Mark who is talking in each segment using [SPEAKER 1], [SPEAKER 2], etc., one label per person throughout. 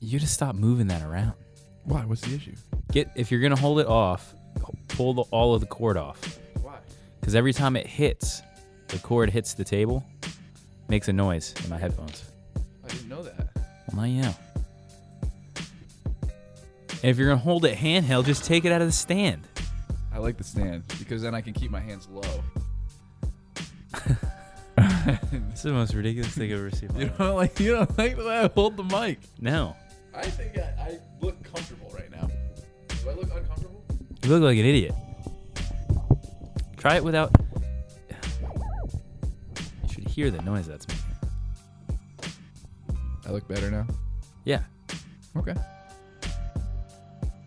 [SPEAKER 1] You just stop moving that around.
[SPEAKER 2] Why? What's the issue?
[SPEAKER 1] Get if you're gonna hold it off, pull the, all of the cord off.
[SPEAKER 2] Why?
[SPEAKER 1] Because every time it hits, the cord hits the table, makes a noise in my headphones.
[SPEAKER 2] I didn't know that.
[SPEAKER 1] Well, now you know. And if you're gonna hold it handheld, just take it out of the stand.
[SPEAKER 2] I like the stand because then I can keep my hands low.
[SPEAKER 1] This is the most ridiculous thing I've ever seen. in my
[SPEAKER 2] You
[SPEAKER 1] life.
[SPEAKER 2] don't like you don't like the way I hold the mic.
[SPEAKER 1] No,
[SPEAKER 2] I think I, I look comfortable right now. Do I look uncomfortable?
[SPEAKER 1] you look like an idiot. Try it without. You should hear the noise that's making.
[SPEAKER 2] I look better now.
[SPEAKER 1] Yeah.
[SPEAKER 2] Okay.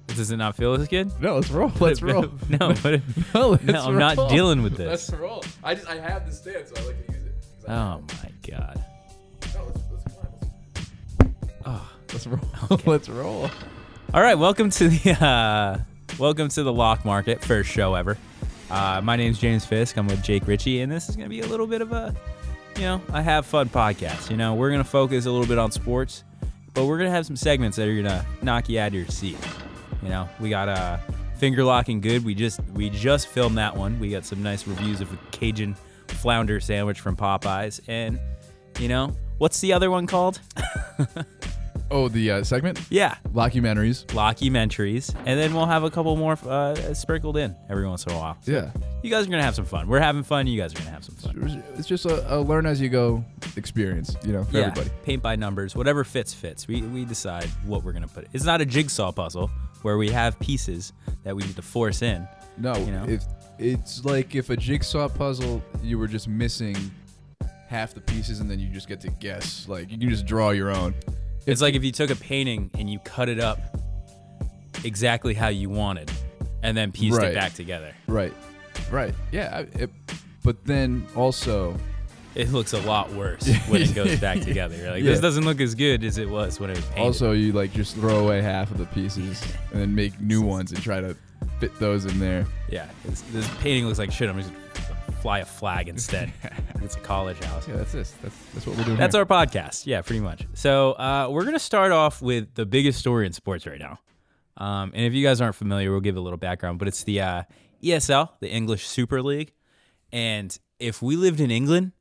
[SPEAKER 1] Does it not feel as good?
[SPEAKER 2] No, let's roll. Let's roll.
[SPEAKER 1] No, but it,
[SPEAKER 2] No, let's
[SPEAKER 1] no, I'm not
[SPEAKER 2] roll.
[SPEAKER 1] dealing with
[SPEAKER 2] Let's
[SPEAKER 1] this.
[SPEAKER 2] roll. I just I have the stand, so I like to use it. 'Cause I-
[SPEAKER 1] Oh my god.
[SPEAKER 2] No, let's, let's climb.
[SPEAKER 1] Oh.
[SPEAKER 2] Ah, Let's roll. let's roll.
[SPEAKER 1] All right, welcome to the uh, welcome to the Lock Market first show ever. Uh, my name's James Fisk. I'm with Jake Ritchie, and this is gonna be a little bit of a, you know, I have fun podcast. You know, we're gonna focus a little bit on sports, but we're gonna have some segments that are gonna knock you out of your seat. You know, we got uh, finger locking good. We just we just filmed that one. We got some nice reviews of a Cajun flounder sandwich from Popeyes, and you know, what's the other one called?
[SPEAKER 2] Oh, the uh, segment?
[SPEAKER 1] yeah,
[SPEAKER 2] Locumentaries.
[SPEAKER 1] lockumentaries, and then we'll have a couple more uh, sprinkled in every once in a while.
[SPEAKER 2] Yeah.
[SPEAKER 1] You guys are gonna have some fun. We're having fun. You guys are gonna have some fun.
[SPEAKER 2] It's just a, a learn as you go experience, you know, for
[SPEAKER 1] yeah,
[SPEAKER 2] everybody.
[SPEAKER 1] paint by numbers, whatever fits fits. We we decide what we're gonna put. It's not a jigsaw puzzle where we have pieces that we need to force in.
[SPEAKER 2] No,
[SPEAKER 1] You know?
[SPEAKER 2] if it's like if a jigsaw puzzle, you were just missing half the pieces, and then you just get to guess. Like you can just draw your own.
[SPEAKER 1] It's like if you took a painting and you cut it up exactly how you wanted, and then pieced
[SPEAKER 2] Right.
[SPEAKER 1] it back together.
[SPEAKER 2] Right. Right. Yeah. I- It, but then also,
[SPEAKER 1] It looks a lot worse when it goes back together. You're like this
[SPEAKER 2] Yeah.
[SPEAKER 1] doesn't look as good as it was when it was painted.
[SPEAKER 2] also you like just throw away half of the pieces and then make new ones and try to fit those in there.
[SPEAKER 1] Yeah, this, this painting looks like shit. I'm just gonna fly a flag instead. it's a college house.
[SPEAKER 2] Yeah, that's this. That's that's what we're doing.
[SPEAKER 1] That's
[SPEAKER 2] here.
[SPEAKER 1] our podcast. Yeah, pretty much. So uh, we're gonna start off with the biggest story in sports right now. Um, and if you guys aren't familiar, we'll give a little background. But it's the uh, ESL, the English Super League. And if we lived in England,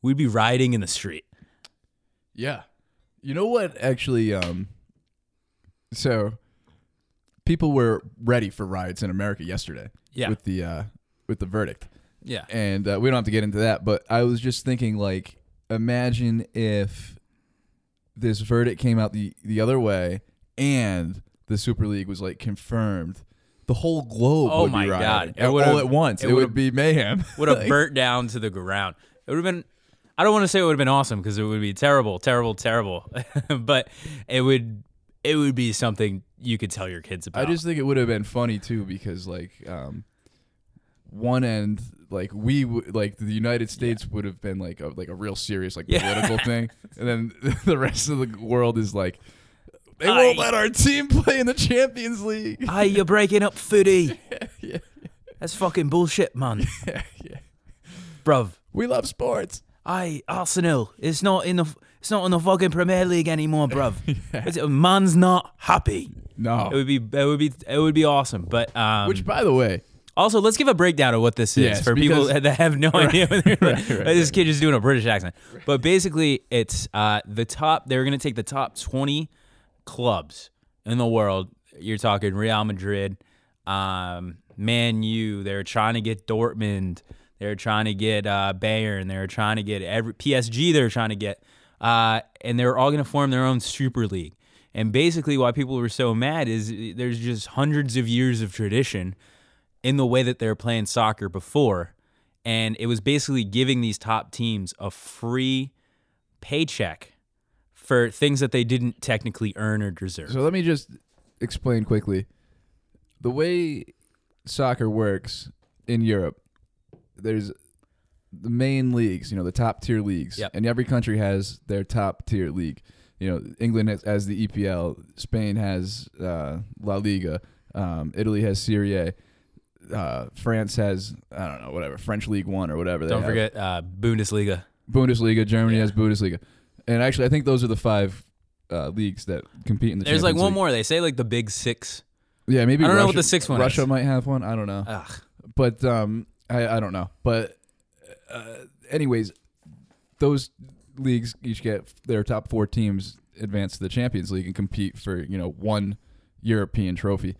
[SPEAKER 1] we'd be rioting in the street.
[SPEAKER 2] Yeah. You know what actually um so people were ready for riots in America yesterday
[SPEAKER 1] Yeah.
[SPEAKER 2] with the uh with the verdict.
[SPEAKER 1] Yeah.
[SPEAKER 2] And uh, we don't have to get into that, but I was just thinking like imagine if this verdict came out the the other way and the Super League was like confirmed the whole globe
[SPEAKER 1] Oh
[SPEAKER 2] would
[SPEAKER 1] my
[SPEAKER 2] be rioting
[SPEAKER 1] God. It would've-
[SPEAKER 2] all at once.
[SPEAKER 1] it
[SPEAKER 2] It, would
[SPEAKER 1] would've-
[SPEAKER 2] be mayhem.
[SPEAKER 1] would have
[SPEAKER 2] Like,
[SPEAKER 1] burnt down to the ground. It would have been. I don't want to say it would have been awesome because it would be terrible, terrible, terrible. but it would it would be something you could tell your kids about.
[SPEAKER 2] I just think it would have been funny too because like um, one end like we w- like the United States would have been like a like a real serious like
[SPEAKER 1] Yeah.
[SPEAKER 2] political thing, and then the rest of the world is like they
[SPEAKER 1] Aye.
[SPEAKER 2] won't let our team play in the Champions League.
[SPEAKER 1] hey, you're breaking up footy.
[SPEAKER 2] yeah,
[SPEAKER 1] That's fucking bullshit, man,
[SPEAKER 2] yeah, yeah.
[SPEAKER 1] bruv.
[SPEAKER 2] We love sports.
[SPEAKER 1] I Arsenal. It's not in the. It's not in the fucking Premier League anymore, bruv. It's- Man's not happy. It
[SPEAKER 2] No.
[SPEAKER 1] would be. It would be. It would be awesome. But um,
[SPEAKER 2] Which, by the way,
[SPEAKER 1] Also, let's give a breakdown of what this is
[SPEAKER 2] Yes,
[SPEAKER 1] for people
[SPEAKER 2] because-
[SPEAKER 1] that have no idea. what they're
[SPEAKER 2] right, right,
[SPEAKER 1] this kid is doing a British accent, but basically, it's uh, the top. They're going to take the top twenty clubs in the world. You're talking Real Madrid, um, Man U. They're trying to get Dortmund. They're trying to get uh, Bayern. They're trying to get every PSG. They're trying to get, uh, and they're all going to form their own super league. And basically, why people were so mad is uh, there's just hundreds of years of tradition in the way that they were playing soccer before. And it was basically giving these top teams a free paycheck for things that they didn't technically earn or deserve.
[SPEAKER 2] So let me just explain quickly. The way soccer works in Europe, there's the main leagues, you know, the top tier leagues.
[SPEAKER 1] Yep.
[SPEAKER 2] And every country has their top tier league. You know, England has, has the EPL, Spain has uh, La Liga, um, Italy has Serie A. Uh, France has I don't know whatever French League One or whatever. they
[SPEAKER 1] Don't
[SPEAKER 2] have.
[SPEAKER 1] forget uh, Bundesliga.
[SPEAKER 2] Bundesliga. Germany
[SPEAKER 1] Yeah.
[SPEAKER 2] has Bundesliga, and actually I think those are the five uh, leagues that compete in the.
[SPEAKER 1] There's like
[SPEAKER 2] Champions
[SPEAKER 1] one
[SPEAKER 2] League.
[SPEAKER 1] more. They say like the big six.
[SPEAKER 2] Yeah, maybe
[SPEAKER 1] I don't know
[SPEAKER 2] Russia,
[SPEAKER 1] what the sixth one
[SPEAKER 2] Russia
[SPEAKER 1] is.
[SPEAKER 2] might have one. I don't know,
[SPEAKER 1] Ugh.
[SPEAKER 2] but um, I I don't know. But uh, anyways, those leagues each get their top four teams advance to the Champions League and compete for you know one European trophy,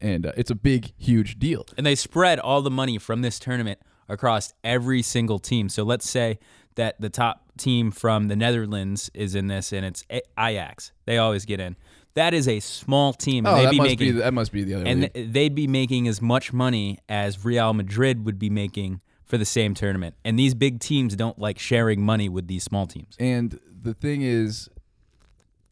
[SPEAKER 2] and uh, it's a big, huge deal.
[SPEAKER 1] And they spread all the money from this tournament across every single team. So let's say that the top team from the Netherlands is in this, and it's A- Ajax. They always get in. That is a small team. and
[SPEAKER 2] Oh,
[SPEAKER 1] they'd
[SPEAKER 2] that
[SPEAKER 1] be
[SPEAKER 2] must
[SPEAKER 1] making,
[SPEAKER 2] be the, that must be the other.
[SPEAKER 1] and
[SPEAKER 2] league.
[SPEAKER 1] th- they'd be making as much money as Real Madrid would be making for the same tournament. And these big teams don't like sharing money with these small teams.
[SPEAKER 2] And the thing is,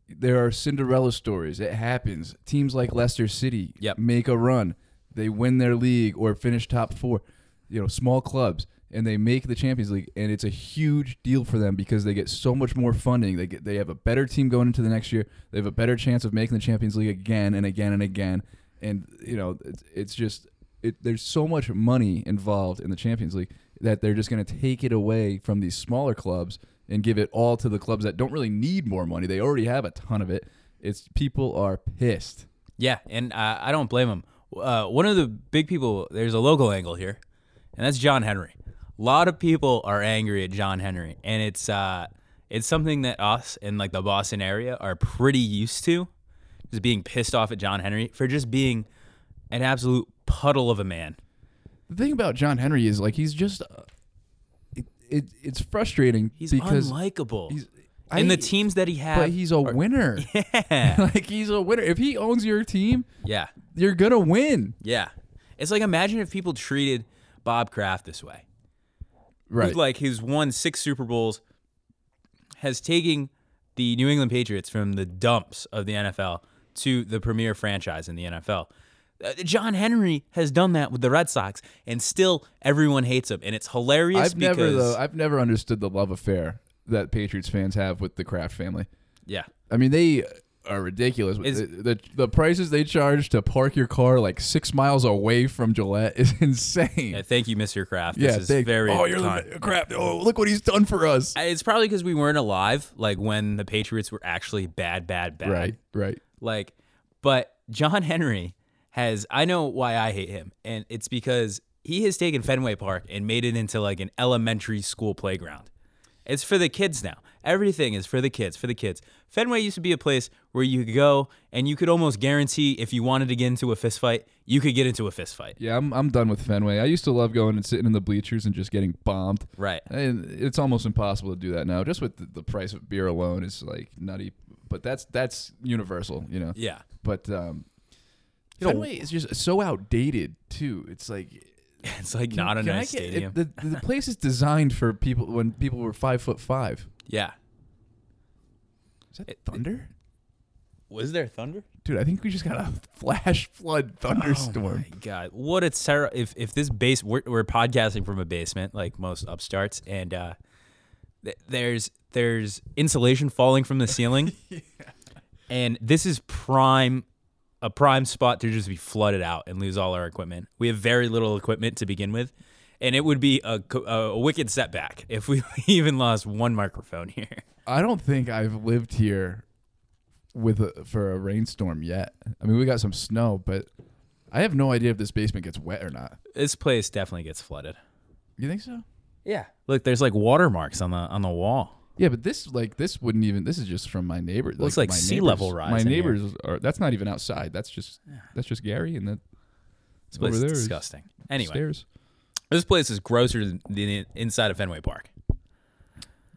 [SPEAKER 2] there are Cinderella stories. It happens. Teams like Leicester City
[SPEAKER 1] Yep.
[SPEAKER 2] make a run. They win their league or finish top four. You know, small clubs, and they make the Champions League, and it's a huge deal for them because they get so much more funding. They get they have a better team going into the next year. They have a better chance of making the Champions League again and again and again. And you know, it's, it's just it, there's so much money involved in the Champions League that they're just going to take it away from these smaller clubs and give it all to the clubs that don't really need more money. They already have a ton of it. It's people are pissed.
[SPEAKER 1] Yeah, and uh, I don't blame them. Uh, one of the big people, there's a local angle here, and that's John Henry. A lot of people are angry at John Henry, and it's uh, it's something that us in like the Boston area are pretty used to, is being pissed off at John Henry for just being an absolute puddle of a man.
[SPEAKER 2] The thing about John Henry is like he's just uh, it, it it's frustrating
[SPEAKER 1] He's
[SPEAKER 2] because
[SPEAKER 1] unlikable,
[SPEAKER 2] he's I-
[SPEAKER 1] and the teams that he
[SPEAKER 2] but
[SPEAKER 1] has.
[SPEAKER 2] he's a winner.
[SPEAKER 1] yeah,
[SPEAKER 2] like he's a winner. If he owns your team,
[SPEAKER 1] yeah,
[SPEAKER 2] you're going to win.
[SPEAKER 1] yeah. It's like imagine if people treated Bob Kraft this way. who,
[SPEAKER 2] Right.
[SPEAKER 1] like who's won six Super Bowls, has taken the New England Patriots from the dumps of the NFL to the premier franchise in the NFL. Uh, John Henry has done that with the Red Sox, and still everyone hates him, and it's hilarious
[SPEAKER 2] I've
[SPEAKER 1] because
[SPEAKER 2] never though, I've never understood the love affair that Patriots fans have with the Kraft family.
[SPEAKER 1] yeah,
[SPEAKER 2] I mean, they are ridiculous.
[SPEAKER 1] Is-
[SPEAKER 2] the, the the prices they charge to park your car like six miles away from Gillette is insane.
[SPEAKER 1] yeah. Thank you, Mr. Kraft.
[SPEAKER 2] yeah,
[SPEAKER 1] this is
[SPEAKER 2] they,
[SPEAKER 1] very.
[SPEAKER 2] oh, you're
[SPEAKER 1] kind.
[SPEAKER 2] the crap. Oh, look what he's done for us.
[SPEAKER 1] I- It's probably because we weren't alive, like when the Patriots were actually bad, bad, bad.
[SPEAKER 2] Right, right.
[SPEAKER 1] Like, but John Henry has, I know why I hate him. And it's because he has taken Fenway Park and made it into like an elementary school playground. It's for the kids now. Everything is for the kids, for the kids. Fenway used to be a place where you could go and you could almost guarantee if you wanted to get into a fist fight, you could get into a fist fight.
[SPEAKER 2] Yeah, I'm I'm done with Fenway. I used to love going and sitting in the bleachers and just getting bombed.
[SPEAKER 1] Right.
[SPEAKER 2] And it's almost impossible to do that now. Just with the, the price of beer alone is like nutty. But that's that's universal, you know.
[SPEAKER 1] Yeah.
[SPEAKER 2] But um, Fenway is just so outdated too. It's like
[SPEAKER 1] It's like not a
[SPEAKER 2] Can I
[SPEAKER 1] nice
[SPEAKER 2] get- it-
[SPEAKER 1] stadium.
[SPEAKER 2] the, the place is designed for people when people were five foot five.
[SPEAKER 1] yeah.
[SPEAKER 2] Is that thunder?
[SPEAKER 1] Was there thunder?
[SPEAKER 2] Dude, I think we just got a flash flood thunderstorm.
[SPEAKER 1] Oh My God, what a terror! If if this base, we're, we're podcasting from a basement, like most upstarts, and uh, th- there's there's insulation falling from the ceiling, and this is prime a prime spot to just be flooded out and lose all our equipment. We have very little equipment to begin with, and it would be a co- a wicked setback if we even lost one microphone here.
[SPEAKER 2] I don't think I've lived here with a, for a rainstorm yet. I mean, we got some snow, but I have no idea if this basement gets wet or not.
[SPEAKER 1] This place definitely gets flooded.
[SPEAKER 2] You think so?
[SPEAKER 1] Yeah, look, there's like watermarks on the on the wall.
[SPEAKER 2] Yeah, but this like this wouldn't even. This is just from my neighbor.
[SPEAKER 1] Looks like
[SPEAKER 2] my
[SPEAKER 1] sea
[SPEAKER 2] neighbors-
[SPEAKER 1] level rise
[SPEAKER 2] My
[SPEAKER 1] in here.
[SPEAKER 2] neighbors are. That's not even outside. That's just that's just Gary and that
[SPEAKER 1] This place
[SPEAKER 2] Over
[SPEAKER 1] is
[SPEAKER 2] there is
[SPEAKER 1] disgusting. Anyway.
[SPEAKER 2] stairs.
[SPEAKER 1] This place is grosser than the inside of Fenway Park.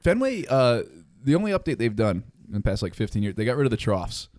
[SPEAKER 2] Fenway, uh, the only update they've done in the past like 15 years, they got rid of the troughs.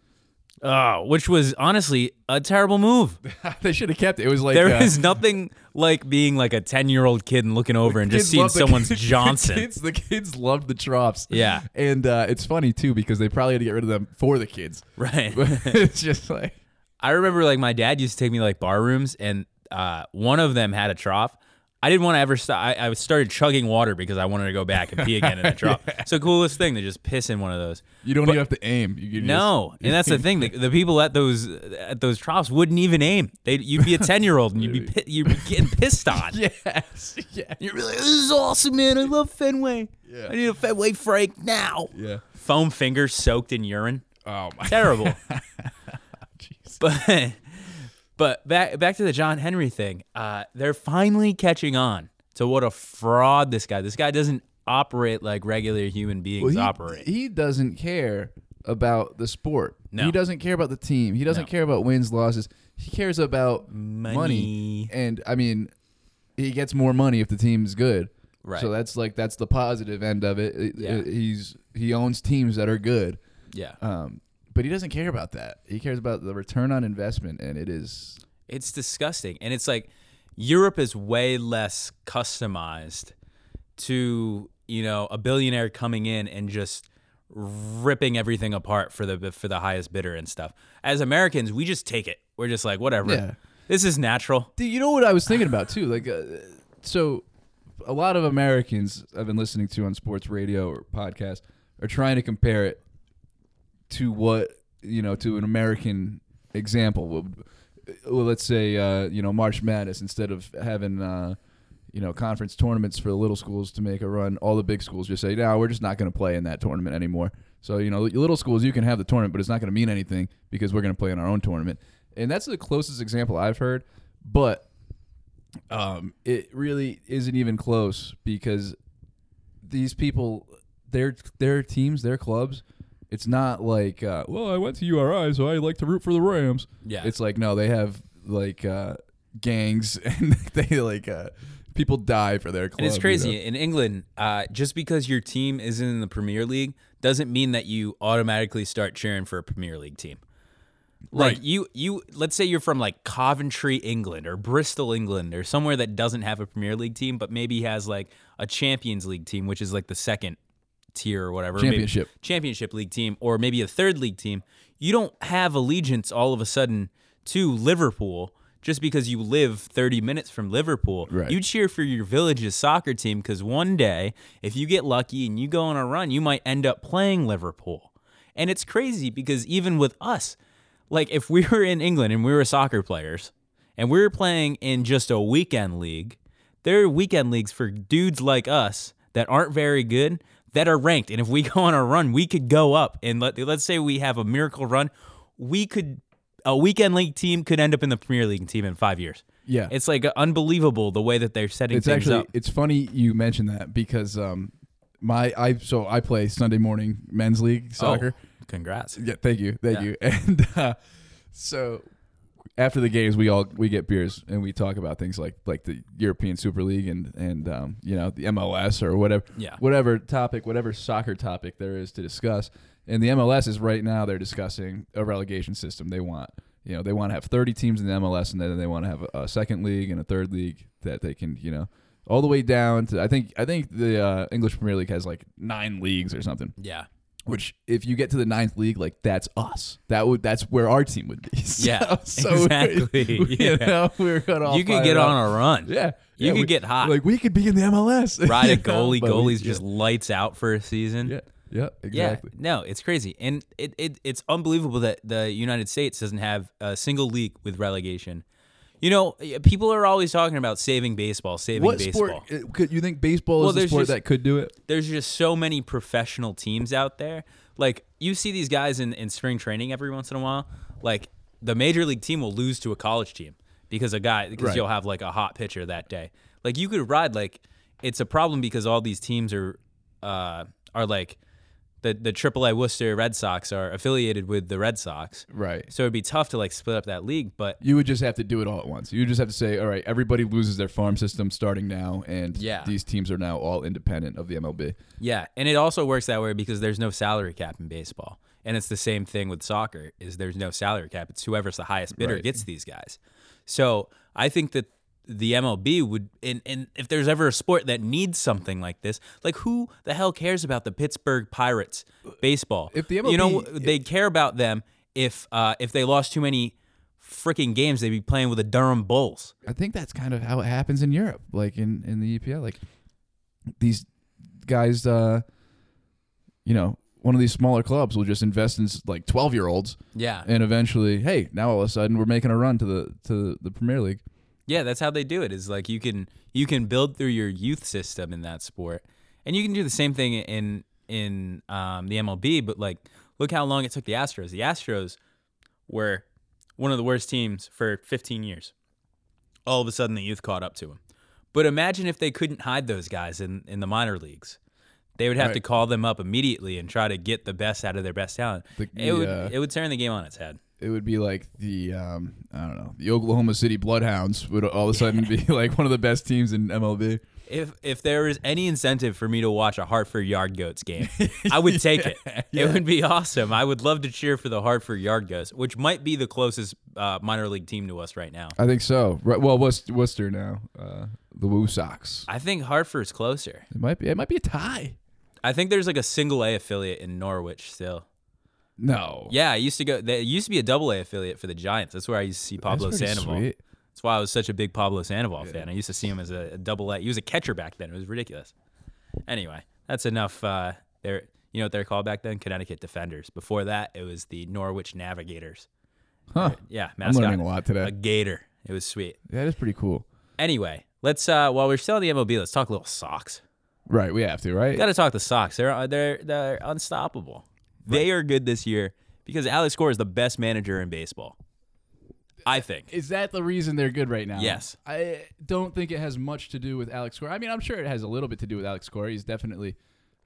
[SPEAKER 1] Oh, which was honestly a terrible move.
[SPEAKER 2] they should have kept it. It was like
[SPEAKER 1] There
[SPEAKER 2] uh,
[SPEAKER 1] is nothing like being like a 10 year old kid and looking over and just
[SPEAKER 2] kids
[SPEAKER 1] seeing
[SPEAKER 2] love
[SPEAKER 1] someone's
[SPEAKER 2] the- the
[SPEAKER 1] Johnson.
[SPEAKER 2] kids, the kids loved the troughs.
[SPEAKER 1] Yeah.
[SPEAKER 2] and uh, it's funny too because they probably had to get rid of them for the kids.
[SPEAKER 1] Right.
[SPEAKER 2] it's just like
[SPEAKER 1] I remember like my dad used to take me to, like bar rooms and uh, one of them had a trough. I didn't want to ever stop. I, I started chugging water because I wanted to go back and pee again in the trough. So coolest thing to just piss in one of those.
[SPEAKER 2] you don't even have to aim. You can
[SPEAKER 1] No, and that's the thing. The, the people at those at those troughs wouldn't even aim. They you'd be a ten year old and you'd be pi- you'd be getting pissed on.
[SPEAKER 2] Just, yes. Yeah.
[SPEAKER 1] You're really this is awesome, man. I love Fenway.
[SPEAKER 2] Yeah.
[SPEAKER 1] I need a Fenway Frank now.
[SPEAKER 2] Yeah.
[SPEAKER 1] Foam fingers soaked in urine.
[SPEAKER 2] Oh my.
[SPEAKER 1] Terrible.
[SPEAKER 2] Jeez.
[SPEAKER 1] but but back back to the John Henry thing. Uh, they're finally catching on to what a fraud this guy. This guy doesn't operate like regular human beings
[SPEAKER 2] Well, he,
[SPEAKER 1] operate.
[SPEAKER 2] He doesn't care about the sport.
[SPEAKER 1] No.
[SPEAKER 2] He doesn't care about the team. He doesn't
[SPEAKER 1] No.
[SPEAKER 2] care about wins, losses. He cares about money.
[SPEAKER 1] Money.
[SPEAKER 2] And I mean, he gets more money if the team's good.
[SPEAKER 1] Right.
[SPEAKER 2] So that's like that's the positive end of it. It-
[SPEAKER 1] Yeah.
[SPEAKER 2] it- He's he owns teams that are good.
[SPEAKER 1] yeah,
[SPEAKER 2] Um but he doesn't care about that. He cares about the return on investment and it is
[SPEAKER 1] it's disgusting, and it's like Europe is way less customized to you know a billionaire coming in and just ripping everything apart for the for the highest bidder and stuff. As Americans, we just take it. We're just like whatever.
[SPEAKER 2] Yeah.
[SPEAKER 1] This is natural.
[SPEAKER 2] Dude, you know what I was thinking about too? Like, uh, so a lot of Americans I've been listening to on sports radio or podcasts are trying to compare it to what you know to an American example. Well, well, let's say uh, you know March Madness instead of having uh, you know conference tournaments for the little schools to make a run, all the big schools just say, "No, we're just not going to play in that tournament anymore." So you know, your little schools you can have the tournament, but it's not going to mean anything because we're going to play in our own tournament. And that's the closest example I've heard, but um, it really isn't even close because these people, their their teams, their clubs, it's not like uh, well, I went to URI, so I like to root for the Rams.
[SPEAKER 1] Yeah.
[SPEAKER 2] it's like no, they have like uh, gangs and they like uh, people die for their club.
[SPEAKER 1] And it's
[SPEAKER 2] you
[SPEAKER 1] crazy.
[SPEAKER 2] know?
[SPEAKER 1] In England, uh, just because your team isn't in the Premier League doesn't mean that you automatically start cheering for a Premier League team. Like
[SPEAKER 2] Right.
[SPEAKER 1] you, you. Let's say you're from like Coventry, England, or Bristol, England, or somewhere that doesn't have a Premier League team, but maybe has like a Champions League team, which is like the second tier or whatever maybe-
[SPEAKER 2] Championship.
[SPEAKER 1] championship league team, or maybe a third league team. You don't have allegiance all of a sudden to Liverpool just because you live 30 minutes from Liverpool.
[SPEAKER 2] Right.
[SPEAKER 1] You cheer for your village's soccer team because one day, if you get lucky and you go on a run, you might end up playing Liverpool. And it's crazy because even with us, like if we were in England and we were soccer players and we were playing in just a weekend league, there are weekend leagues for dudes like us that aren't very good that are ranked. And if we go on a run, we could go up. And let, let's say we have a miracle run, we could, a weekend league team could end up in the Premier League team in five years.
[SPEAKER 2] Yeah,
[SPEAKER 1] It's like unbelievable the way that they're setting
[SPEAKER 2] it's
[SPEAKER 1] things
[SPEAKER 2] actually
[SPEAKER 1] up.
[SPEAKER 2] it's funny you mentioned that because um, my I so I play Sunday morning men's league soccer.
[SPEAKER 1] Oh, congrats.
[SPEAKER 2] Yeah, thank you, thank
[SPEAKER 1] Yeah.
[SPEAKER 2] you. And uh, so after the games, we all we get beers and we talk about things like like the European Super League and and um, you know the MLS or whatever,
[SPEAKER 1] Yeah.
[SPEAKER 2] whatever topic, whatever soccer topic there is to discuss. And the MLS is right now they're discussing a relegation system. They want you know they want to have 30 teams in the MLS and then they want to have a, a second league and a third league that they can you know all the way down to I think I think the uh, English Premier League has like nine leagues or something
[SPEAKER 1] Yeah.
[SPEAKER 2] which if you get to the ninth league, like that's us. That would that's where our team would be. So,
[SPEAKER 1] Yeah,
[SPEAKER 2] so
[SPEAKER 1] exactly.
[SPEAKER 2] We,
[SPEAKER 1] Yeah.
[SPEAKER 2] You know, we're gonna all
[SPEAKER 1] You could
[SPEAKER 2] fired
[SPEAKER 1] get
[SPEAKER 2] up.
[SPEAKER 1] on a run.
[SPEAKER 2] Yeah,
[SPEAKER 1] You
[SPEAKER 2] yeah,
[SPEAKER 1] could
[SPEAKER 2] we-
[SPEAKER 1] get hot.
[SPEAKER 2] Like we could be in the MLS.
[SPEAKER 1] Ride
[SPEAKER 2] you
[SPEAKER 1] a
[SPEAKER 2] know?
[SPEAKER 1] goalie.
[SPEAKER 2] But we-
[SPEAKER 1] Goalies just lights out for a season.
[SPEAKER 2] yeah, yeah, yeah, exactly.
[SPEAKER 1] Yeah, no, it's crazy, and it, it it's unbelievable that the United States doesn't have a single league with relegation. You know, y- people are always talking about saving baseball, saving
[SPEAKER 2] What
[SPEAKER 1] baseball.
[SPEAKER 2] sport uh, could you think baseball
[SPEAKER 1] Well,
[SPEAKER 2] is the
[SPEAKER 1] there's
[SPEAKER 2] sport
[SPEAKER 1] just-
[SPEAKER 2] that could do it?
[SPEAKER 1] There's just so many professional teams out there. Like you see these guys in, in spring training every once in a while. Like the major league team will lose to a college team because a guy because
[SPEAKER 2] Right.
[SPEAKER 1] you'll have like a hot pitcher that day. Like you could ride like it's a problem because all these teams are uh are like the the AAA Worcester Red Sox are affiliated with the Red Sox.
[SPEAKER 2] Right.
[SPEAKER 1] So it'd be tough to like split up that league, but
[SPEAKER 2] You would just have to do it all at once. You would just have to say, all right, everybody loses their farm system starting now, and
[SPEAKER 1] Yeah.
[SPEAKER 2] these teams are now all independent of the MLB.
[SPEAKER 1] yeah, and it also works that way because there's no salary cap in baseball. And it's the same thing with soccer is there's no salary cap. It's whoever's the highest bidder
[SPEAKER 2] Right.
[SPEAKER 1] gets these guys. So, I think that the MLB would and, and if there's ever a sport that needs something like this, like who the hell cares about the Pittsburgh Pirates baseball?
[SPEAKER 2] If the
[SPEAKER 1] you know
[SPEAKER 2] MLB
[SPEAKER 1] they care about them if uh, if they lost too many freaking games, they'd be playing with the Durham Bulls.
[SPEAKER 2] I think that's kind of how it happens in Europe, like in in the EPL. Like these guys, uh, you know, one of these smaller clubs will just invest in s- like twelve year olds,
[SPEAKER 1] Yeah.
[SPEAKER 2] and eventually, hey, now all of a sudden we're making a run to the to the Premier League.
[SPEAKER 1] Yeah, that's how they do it. Is like you can you can build through your youth system in that sport, and you can do the same thing in in um, the MLB. But like Look how long it took the Astros. The Astros were one of the worst teams for 15 years. All of a sudden, the youth caught up to them. But imagine if they couldn't hide those guys in, in the minor leagues. They would have to
[SPEAKER 2] Right.
[SPEAKER 1] call them up immediately and try to get the best out of their best talent.
[SPEAKER 2] The-
[SPEAKER 1] it would
[SPEAKER 2] yeah.
[SPEAKER 1] it would turn the game on its head.
[SPEAKER 2] it would be like the um, I don't know the Oklahoma City Bloodhounds would all of a sudden be like one of the best teams in MLB.
[SPEAKER 1] If if there was any incentive for me to watch a Hartford Yard Goats game, I would take it. It would be awesome. I would love to cheer for the Hartford Yard Goats, which might be the closest uh, minor league team to us right now.
[SPEAKER 2] I think so. Right, well, West, Worcester now, uh, the Woo Sox.
[SPEAKER 1] I think Hartford's closer.
[SPEAKER 2] It might be. It might be a tie.
[SPEAKER 1] I think there's like a single A affiliate in Norwich still.
[SPEAKER 2] No.
[SPEAKER 1] Yeah, I used to go. There used to be a double A affiliate for the Giants. That's where I used to see Pablo
[SPEAKER 2] pretty
[SPEAKER 1] Sandoval.
[SPEAKER 2] sweet.
[SPEAKER 1] That's why I was such a big Pablo Sandoval fan. I used to see him as a, a double A. He was a catcher back then. It was ridiculous. Anyway, that's enough. Uh, they're, you know what they're called back then? Connecticut Defenders. Before that, it was the Norwich Navigators.
[SPEAKER 2] Huh.
[SPEAKER 1] Yeah,
[SPEAKER 2] I'm
[SPEAKER 1] mascot.
[SPEAKER 2] learning a lot today.
[SPEAKER 1] A gator. It was sweet.
[SPEAKER 2] that is pretty cool.
[SPEAKER 1] Anyway, let's uh, while we're still on the MLB, let's talk a little socks.
[SPEAKER 2] Right. We have to. Right.
[SPEAKER 1] Got to talk the Sox. They're uh, they're they're unstoppable. They are good this year because Alex Cora is the best manager in baseball. I think.
[SPEAKER 2] Is that the reason they're good right now?
[SPEAKER 1] Yes.
[SPEAKER 2] I don't think it has much to do with Alex Cora. I mean, I'm sure it has a little bit to do with Alex Cora. He's definitely.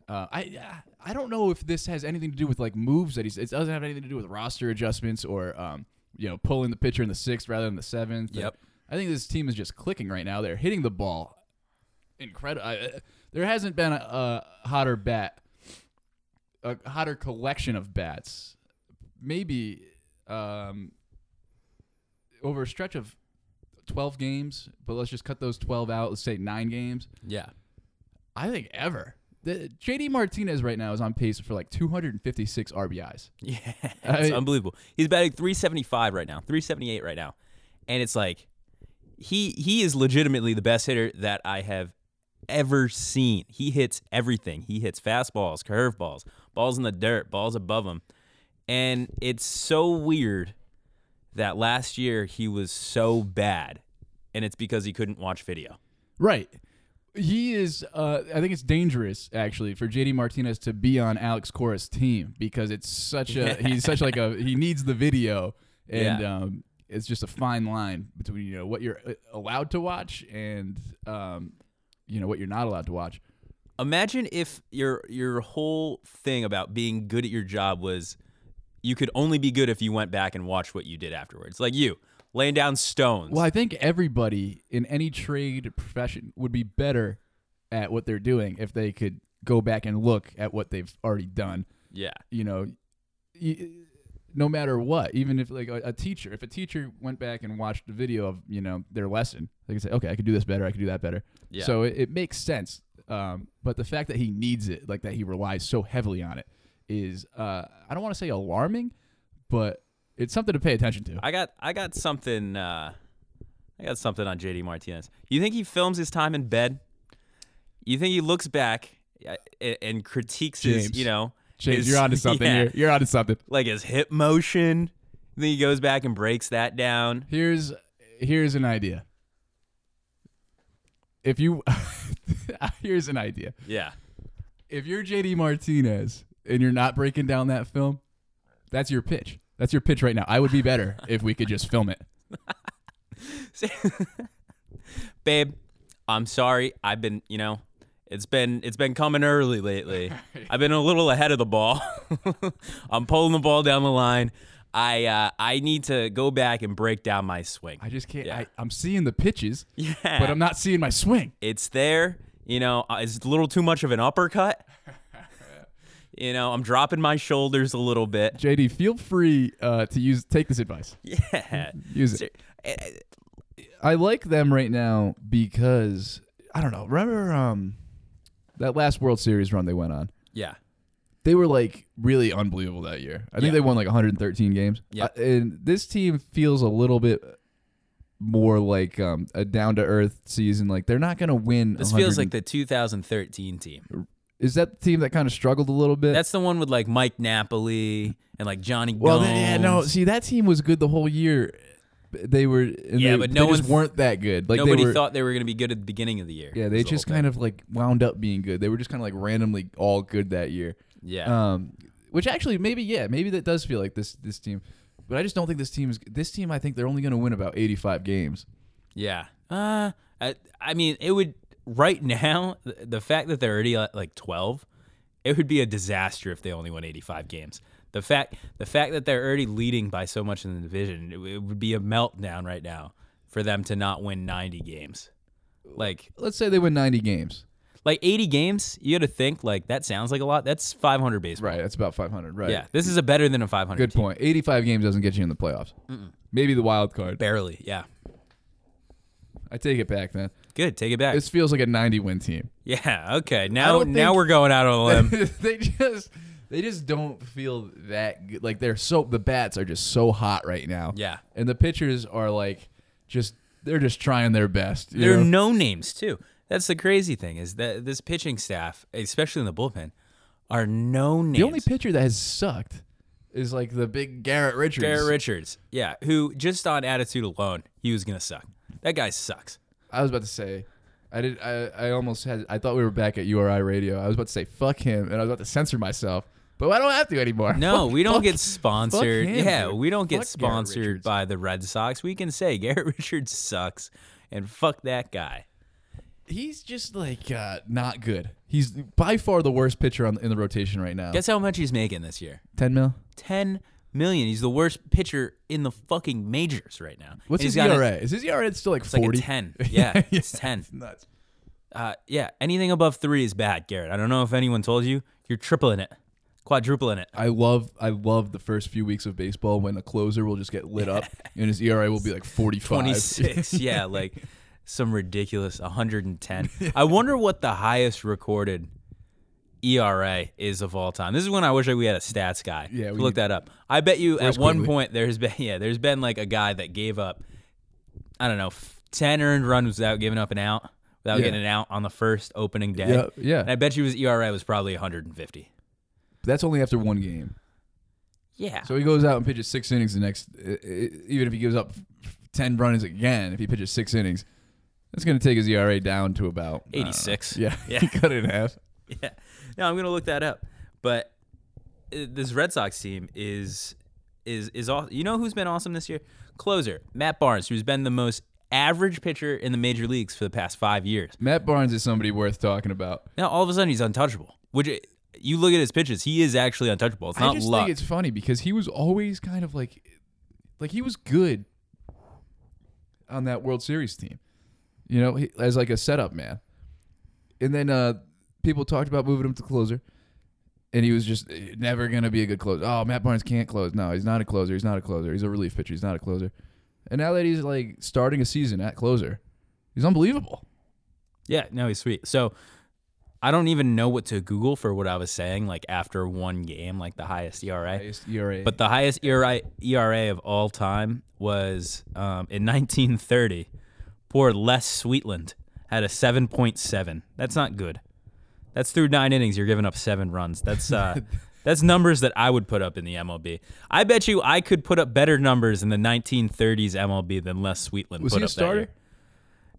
[SPEAKER 2] Uh, I I don't know if this has anything to do with like moves that he's. It doesn't have anything to do with roster adjustments or um you know pulling the pitcher in the sixth rather than the seventh.
[SPEAKER 1] Yep.
[SPEAKER 2] I think this team is just clicking right now. They're hitting the ball incredible. There hasn't been a, a hotter bat, a hotter collection of bats, maybe um, over a stretch of twelve games. But let's just cut those twelve out. Let's say nine games.
[SPEAKER 1] Yeah.
[SPEAKER 2] I think ever. The, JD Martinez right now is on pace for like 256 RBIs.
[SPEAKER 1] Yeah. It's
[SPEAKER 2] I mean-
[SPEAKER 1] unbelievable. He's batting 375 right now, 378 right now. And it's like he he is legitimately the best hitter that I have ever seen. He hits everything. He hits fastballs, curveballs, balls in the dirt, balls above him. And it's so weird that last year he was so bad. And it's because he couldn't watch video.
[SPEAKER 2] Right. He is. Uh, I think it's dangerous actually for JD Martinez to be on Alex Cora's team because it's such a he's such like a he needs the video and
[SPEAKER 1] Yeah.
[SPEAKER 2] um, it's just a fine line between you know what you're uh, allowed to watch and um, you know what you're not allowed to watch.
[SPEAKER 1] Imagine if your your whole thing about being good at your job was you could only be good if you went back and watched what you did afterwards. Like you laying down stones.
[SPEAKER 2] Well, I think everybody in any trade profession would be better at what they're doing if they could go back and look at what they've already done.
[SPEAKER 1] Yeah.
[SPEAKER 2] you know, y- no matter what, even if like a, a teacher, if a teacher went back and watched a video of you know their lesson, they could say, okay, I could do this better, I could do that better.
[SPEAKER 1] Yeah.
[SPEAKER 2] So it, it makes sense. Um, but the fact that he needs it, like that he relies so heavily on it, is uh, I don't want to say alarming, but it's something to pay attention to.
[SPEAKER 1] I got I got something uh I got something on JD Martinez. You think he films his time in bed? You think he looks back uh, and, and critiques his,
[SPEAKER 2] James.
[SPEAKER 1] you know,
[SPEAKER 2] James,
[SPEAKER 1] his-
[SPEAKER 2] you're onto something
[SPEAKER 1] yeah,
[SPEAKER 2] here. You're onto something.
[SPEAKER 1] Like his hip motion. Then he goes back and breaks that down.
[SPEAKER 2] Here's here's an idea. If you here's an idea.
[SPEAKER 1] Yeah.
[SPEAKER 2] if you're JD Martinez and you're not breaking down that film, that's your pitch. That's your pitch right now. I would be better if we could just film it.
[SPEAKER 1] babe i'm sorry i've been you know it's been it's been coming early lately i've been a little ahead of the ball i'm pulling the ball down the line i uh, i need to go back and break down my swing
[SPEAKER 2] I just can't.
[SPEAKER 1] Yeah.
[SPEAKER 2] I, I'm seeing the pitches,
[SPEAKER 1] yeah
[SPEAKER 2] but I'm not seeing my swing.
[SPEAKER 1] it's there you know uh, it's a little too much of an uppercut you know i'm dropping my shoulders a little bit
[SPEAKER 2] JD, feel free uh, to use take this advice.
[SPEAKER 1] yeah eh,
[SPEAKER 2] Use it. I like them right now because I don't know. Remember um, that last World Series run they went on?
[SPEAKER 1] yeah
[SPEAKER 2] they were like really unbelievable that year. I think
[SPEAKER 1] Yeah.
[SPEAKER 2] they won like 113 games.
[SPEAKER 1] Yeah.
[SPEAKER 2] Uh, and this team feels a little bit more like um, a down to earth season. Like they're not going to win.
[SPEAKER 1] this feels
[SPEAKER 2] 100
[SPEAKER 1] like the 2013 team
[SPEAKER 2] is that the team that kind of struggled a little bit?
[SPEAKER 1] that's the one with like mike napoli and like johnny
[SPEAKER 2] well,
[SPEAKER 1] Gomes.
[SPEAKER 2] th- yeah, no. See, that team was good the whole year. They were and
[SPEAKER 1] Yeah,
[SPEAKER 2] they,
[SPEAKER 1] but
[SPEAKER 2] they
[SPEAKER 1] no
[SPEAKER 2] just
[SPEAKER 1] one-
[SPEAKER 2] weren't that good. Like
[SPEAKER 1] Nobody
[SPEAKER 2] they were,
[SPEAKER 1] thought they were going to be good at the beginning of the year.
[SPEAKER 2] yeah, they just kind of like wound up being good. They were just kind of like randomly all good that year.
[SPEAKER 1] yeah.
[SPEAKER 2] Um, which actually maybe yeah, maybe that does feel like this this team. But I just don't think this team is this team. I think they're only going to win about 85 games.
[SPEAKER 1] Yeah. Uh, I, I mean, it would right now. th- The fact that they're already at like twelve, it would be a disaster if they only won eighty-five games. The fact, the fact that they're already leading by so much in the division, it, w- it would be a meltdown right now for them to not win ninety games. Like,
[SPEAKER 2] Let's say they win 90 games.
[SPEAKER 1] like eighty games, you got to think like that sounds like a lot. That's five hundred baseball.
[SPEAKER 2] Right, that's about 500. Right.
[SPEAKER 1] Yeah, this is a better than a five hundred.
[SPEAKER 2] Good point. 85 games doesn't get you in the playoffs. Maybe the wild card.
[SPEAKER 1] Barely. Yeah.
[SPEAKER 2] I take it back, man.
[SPEAKER 1] Good. Take it back.
[SPEAKER 2] This feels like a 90 win team.
[SPEAKER 1] yeah. Okay. Now,
[SPEAKER 2] don't
[SPEAKER 1] now
[SPEAKER 2] think-
[SPEAKER 1] we're going out on a limb.
[SPEAKER 2] they just they just don't feel that good. like they're so the bats are just so hot right now.
[SPEAKER 1] Yeah.
[SPEAKER 2] And the pitchers are like just they're just trying their best. you
[SPEAKER 1] There
[SPEAKER 2] know?
[SPEAKER 1] are no names too. That's the crazy thing is that this pitching staff, especially in the bullpen, are no names.
[SPEAKER 2] the only pitcher that has sucked is like the big Garrett Richards.
[SPEAKER 1] Barrett Richards, yeah, who just on attitude alone, he was gonna suck. That guy sucks.
[SPEAKER 2] I was about to say I did I, I almost had I thought we were back at URI radio. I was about to say fuck him and I was about to censor myself. But I don't have to anymore.
[SPEAKER 1] No, we don't
[SPEAKER 2] Fuck-
[SPEAKER 1] get sponsored.
[SPEAKER 2] him,
[SPEAKER 1] yeah,
[SPEAKER 2] dude.
[SPEAKER 1] we don't get
[SPEAKER 2] Fuck Garrett
[SPEAKER 1] sponsored
[SPEAKER 2] Richards.
[SPEAKER 1] by the Red Sox. We can say Garrett Richards sucks, and fuck that guy.
[SPEAKER 2] He's just like uh, not good. He's by far the worst pitcher on, in the rotation right now.
[SPEAKER 1] Guess how much he's making this year?
[SPEAKER 2] 10 mil?
[SPEAKER 1] Ten million. He's the worst pitcher in the fucking majors right now.
[SPEAKER 2] What's
[SPEAKER 1] And
[SPEAKER 2] his E
[SPEAKER 1] he's got a-
[SPEAKER 2] ERA? is his ERA still like
[SPEAKER 1] It's like
[SPEAKER 2] forty?
[SPEAKER 1] a ten. Yeah, it's ten.
[SPEAKER 2] nuts.
[SPEAKER 1] Uh, yeah, anything above three is bad, Garrett. I don't know if anyone told you. You're tripling it, quadrupling it.
[SPEAKER 2] I love I love the first few weeks of baseball when a closer will just get lit up and his ERA will be like forty
[SPEAKER 1] Twenty
[SPEAKER 2] five.
[SPEAKER 1] six. yeah, like some ridiculous 110. I wonder what the highest recorded ERA is of all time. This is when I wish we had a stats guy.
[SPEAKER 2] Yeah,
[SPEAKER 1] to
[SPEAKER 2] we
[SPEAKER 1] look
[SPEAKER 2] need-
[SPEAKER 1] that up. I bet you at one
[SPEAKER 2] Quigley?
[SPEAKER 1] point there's been yeah there's been like a guy that gave up, I don't know, f- ten earned runs without giving up an out, without
[SPEAKER 2] Yeah.
[SPEAKER 1] getting an out on the first opening day.
[SPEAKER 2] Yeah, yeah.
[SPEAKER 1] And I bet you his ERA was probably 150.
[SPEAKER 2] That's only after one game.
[SPEAKER 1] Yeah.
[SPEAKER 2] So he goes out and pitches six innings the next. i- i- Even if he gives up ten runs again, if he pitches six innings, that's going to take his ERA down to about I don't know.
[SPEAKER 1] 86.
[SPEAKER 2] Yeah,
[SPEAKER 1] Yeah.
[SPEAKER 2] he cut it in half.
[SPEAKER 1] Yeah. No, I'm gonna look that up. But uh, this Red Sox team is is is all. You know who's been awesome this year? Closer Matt Barnes, who's been the most average pitcher in the major leagues for the past five years.
[SPEAKER 2] Matt Barnes is somebody worth talking about.
[SPEAKER 1] Now all of a sudden he's untouchable. Which it, you look at his pitches, he is actually untouchable. It's not
[SPEAKER 2] I just
[SPEAKER 1] luck.
[SPEAKER 2] think it's funny because he was always kind of like, like he was good on that World Series team, you know, he, as like a setup man. And then uh, people talked about moving him to closer, and he was just eh, never gonna be a good closer. Oh, Matt Barnes can't close. No, he's not a closer. He's not a closer. He's a relief pitcher. He's not a closer. And now that he's like starting a season at closer, he's unbelievable.
[SPEAKER 1] yeah. No, he's sweet. So. I don't even know what to Google for what I was saying, like after one game, like the highest E ERA.
[SPEAKER 2] Highest ERA.
[SPEAKER 1] But the highest E ERA, ERA of all time was um, in 1930. Poor Les Sweetland had a 7.7. That's not good. That's through nine innings. You're giving up seven runs. That's uh, that's numbers that I would put up in the MLB. I bet you I could put up better numbers in the 1930s MLB than Les Sweetland
[SPEAKER 2] was
[SPEAKER 1] put
[SPEAKER 2] he a
[SPEAKER 1] up that year.
[SPEAKER 2] starter?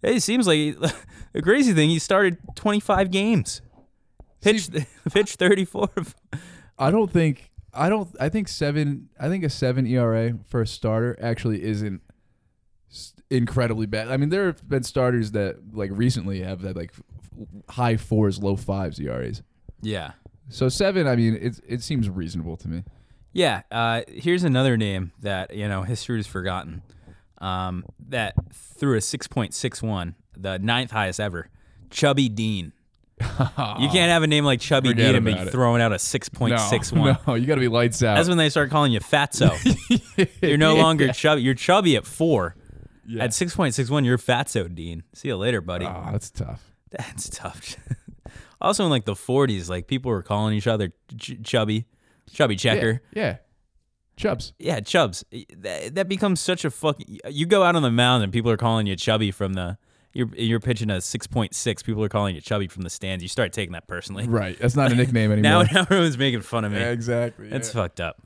[SPEAKER 1] It seems like the crazy thing. He started 25 games, pitched pitched 34. of-
[SPEAKER 2] I don't think I don't I think seven I think a seven ERA for a starter actually isn't s- incredibly bad. I mean, there have been starters that like recently have that like f- high fours, low fives ERAs.
[SPEAKER 1] yeah.
[SPEAKER 2] So seven, I mean, it it seems reasonable to me.
[SPEAKER 1] Yeah, uh, here's another name that you know history has forgotten. Um, that threw a 6.61, the ninth highest ever. Chubby Dean. You can't have a name like Chubby
[SPEAKER 2] Forget
[SPEAKER 1] Dean and be
[SPEAKER 2] about it.
[SPEAKER 1] throwing out a
[SPEAKER 2] No,
[SPEAKER 1] 6.61.
[SPEAKER 2] no, you got to be lights out.
[SPEAKER 1] That's when they start calling you Fatso. you're no longer chubby. You're chubby at four. At 6.61, you're Fatso Dean. See you later, buddy.
[SPEAKER 2] Ah, that's tough.
[SPEAKER 1] That's tough. also, in like the 40s, like people were calling each other ch- Chubby, Chubby Checker.
[SPEAKER 2] Yeah, yeah. Chubs.
[SPEAKER 1] Yeah, Chubbs. That, that becomes such a fucking. You go out on the mound and people are calling you chubby from the. You're you're pitching a six point six. People are calling you chubby from the stands. You start taking that personally.
[SPEAKER 2] Right. That's not a nickname
[SPEAKER 1] Now,
[SPEAKER 2] anymore.
[SPEAKER 1] now everyone's making fun of me.
[SPEAKER 2] yeah, exactly.
[SPEAKER 1] That's
[SPEAKER 2] yeah.
[SPEAKER 1] fucked up.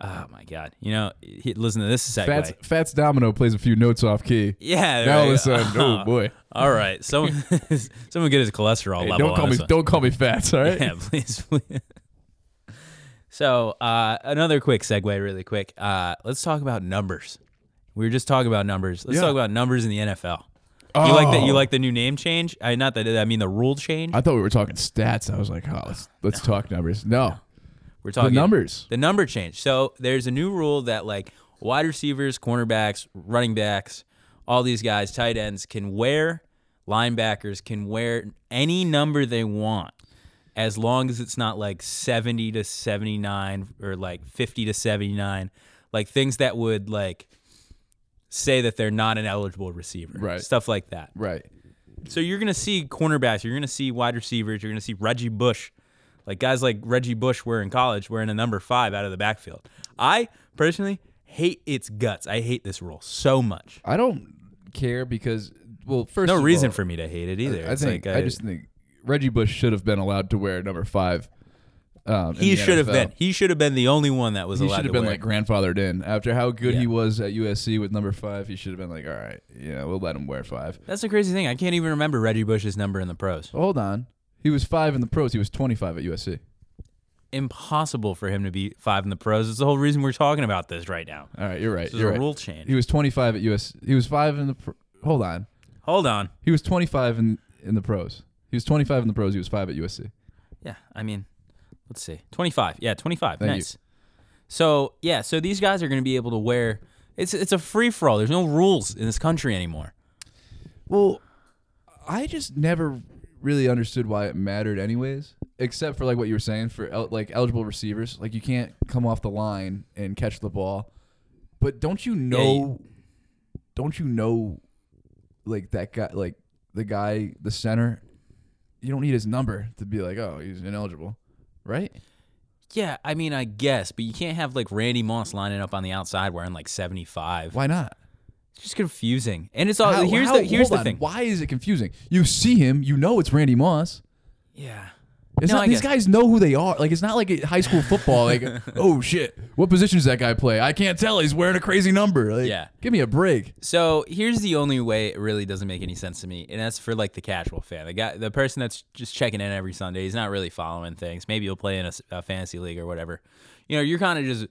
[SPEAKER 1] Oh my god. You know, he, listen to this segue.
[SPEAKER 2] Fats Fats Domino plays a few notes off key.
[SPEAKER 1] yeah.
[SPEAKER 2] Now all of
[SPEAKER 1] right.
[SPEAKER 2] a sudden, oh boy.
[SPEAKER 1] All right. Someone someone get his cholesterol
[SPEAKER 2] Hey,
[SPEAKER 1] level.
[SPEAKER 2] don't
[SPEAKER 1] on
[SPEAKER 2] call me
[SPEAKER 1] this one.
[SPEAKER 2] don't call me fats, all right?
[SPEAKER 1] Yeah, please, please. So uh, another quick segue, really quick. Uh, let's talk about numbers. We were just talking about numbers. Let's
[SPEAKER 2] Yeah.
[SPEAKER 1] talk about numbers in the NFL. You like that? You
[SPEAKER 2] Oh.
[SPEAKER 1] like the new name change? I not that I mean the rule change.
[SPEAKER 2] I thought we were talking stats. I was like, oh, let's let's talk numbers. No,
[SPEAKER 1] We're
[SPEAKER 2] the
[SPEAKER 1] talking
[SPEAKER 2] numbers.
[SPEAKER 1] The number change. So there's a new rule that like wide receivers, cornerbacks, running backs, all these guys, tight ends can wear, linebackers can wear any number they want as long as it's not like 70 to 79 or like 50 to 79, like things that would like say that they're not an eligible receiver.
[SPEAKER 2] Right.
[SPEAKER 1] Stuff like that.
[SPEAKER 2] Right.
[SPEAKER 1] So you're gonna see cornerbacks, you're gonna see wide receivers, you're gonna see Reggie Bush, like guys like Reggie Bush were in college wearing a number five out of the backfield. I personally hate its guts. I hate this rule so much.
[SPEAKER 2] I don't care because well, first
[SPEAKER 1] No
[SPEAKER 2] of
[SPEAKER 1] reason
[SPEAKER 2] all,
[SPEAKER 1] for me to hate it either.
[SPEAKER 2] I
[SPEAKER 1] It's
[SPEAKER 2] think
[SPEAKER 1] like uh,
[SPEAKER 2] I just think Reggie Bush should have been allowed to wear number five. Um, in
[SPEAKER 1] he
[SPEAKER 2] the
[SPEAKER 1] should have
[SPEAKER 2] NFL.
[SPEAKER 1] been he should have been the only one that was
[SPEAKER 2] He
[SPEAKER 1] allowed
[SPEAKER 2] should
[SPEAKER 1] to
[SPEAKER 2] have been
[SPEAKER 1] wear.
[SPEAKER 2] like
[SPEAKER 1] it.
[SPEAKER 2] grandfathered in after how good
[SPEAKER 1] Yeah.
[SPEAKER 2] he was at USC with number five. He should have been like, all right, yeah, we'll let him wear five.
[SPEAKER 1] That's the crazy thing. I can't even remember Reggie Bush's number in the pros.
[SPEAKER 2] Hold on, he was five in the pros. He was twenty five at USC.
[SPEAKER 1] Impossible for him to be five in the pros. It's the whole reason we're talking about this right now.
[SPEAKER 2] All right, you're right.
[SPEAKER 1] This is
[SPEAKER 2] you're
[SPEAKER 1] a
[SPEAKER 2] right.
[SPEAKER 1] rule change.
[SPEAKER 2] He was 25 at US. He was five in the. Pro, hold on.
[SPEAKER 1] Hold on.
[SPEAKER 2] He was 25 in in the pros. He was 25 in the pros. He was five at USC.
[SPEAKER 1] Yeah, I mean, let's see. 25. Yeah, 25.
[SPEAKER 2] Thank you.
[SPEAKER 1] nice. So, yeah, so these guys are going to be able to wear it's it's a free for all. There's no rules in this country anymore.
[SPEAKER 2] Well, I just never really understood why it mattered, anyways. Except for like what you were saying for el- like eligible receivers, like you can't come off the line and catch the ball. But don't you know?
[SPEAKER 1] you-
[SPEAKER 2] don't you know? Like that guy, like the guy, the center. You don't need his number to be like, oh, he's ineligible, right?
[SPEAKER 1] Yeah, I mean, I guess, but you can't have like Randy Moss lining up on the outside wearing like 75.
[SPEAKER 2] Why not?
[SPEAKER 1] It's just confusing. And it's all
[SPEAKER 2] How-
[SPEAKER 1] Oh, here's
[SPEAKER 2] how-
[SPEAKER 1] the here's
[SPEAKER 2] hold
[SPEAKER 1] the
[SPEAKER 2] on.
[SPEAKER 1] thing.
[SPEAKER 2] Why is it confusing? You see him, you know it's Randy Moss.
[SPEAKER 1] Yeah.
[SPEAKER 2] It's
[SPEAKER 1] No,
[SPEAKER 2] not,
[SPEAKER 1] I
[SPEAKER 2] these
[SPEAKER 1] get it.
[SPEAKER 2] guys know who they are. Like it's not like a high school football. Like, oh shit, what position does that guy play? I can't tell. He's wearing a crazy number. Like,
[SPEAKER 1] Yeah.
[SPEAKER 2] give me a break.
[SPEAKER 1] So here's the only way it really doesn't make any sense to me, and that's for like the casual fan, the guy, the person that's just checking in every Sunday. He's not really following things. Maybe he'll play in a, s- a fantasy league or whatever. You know, you're kind of just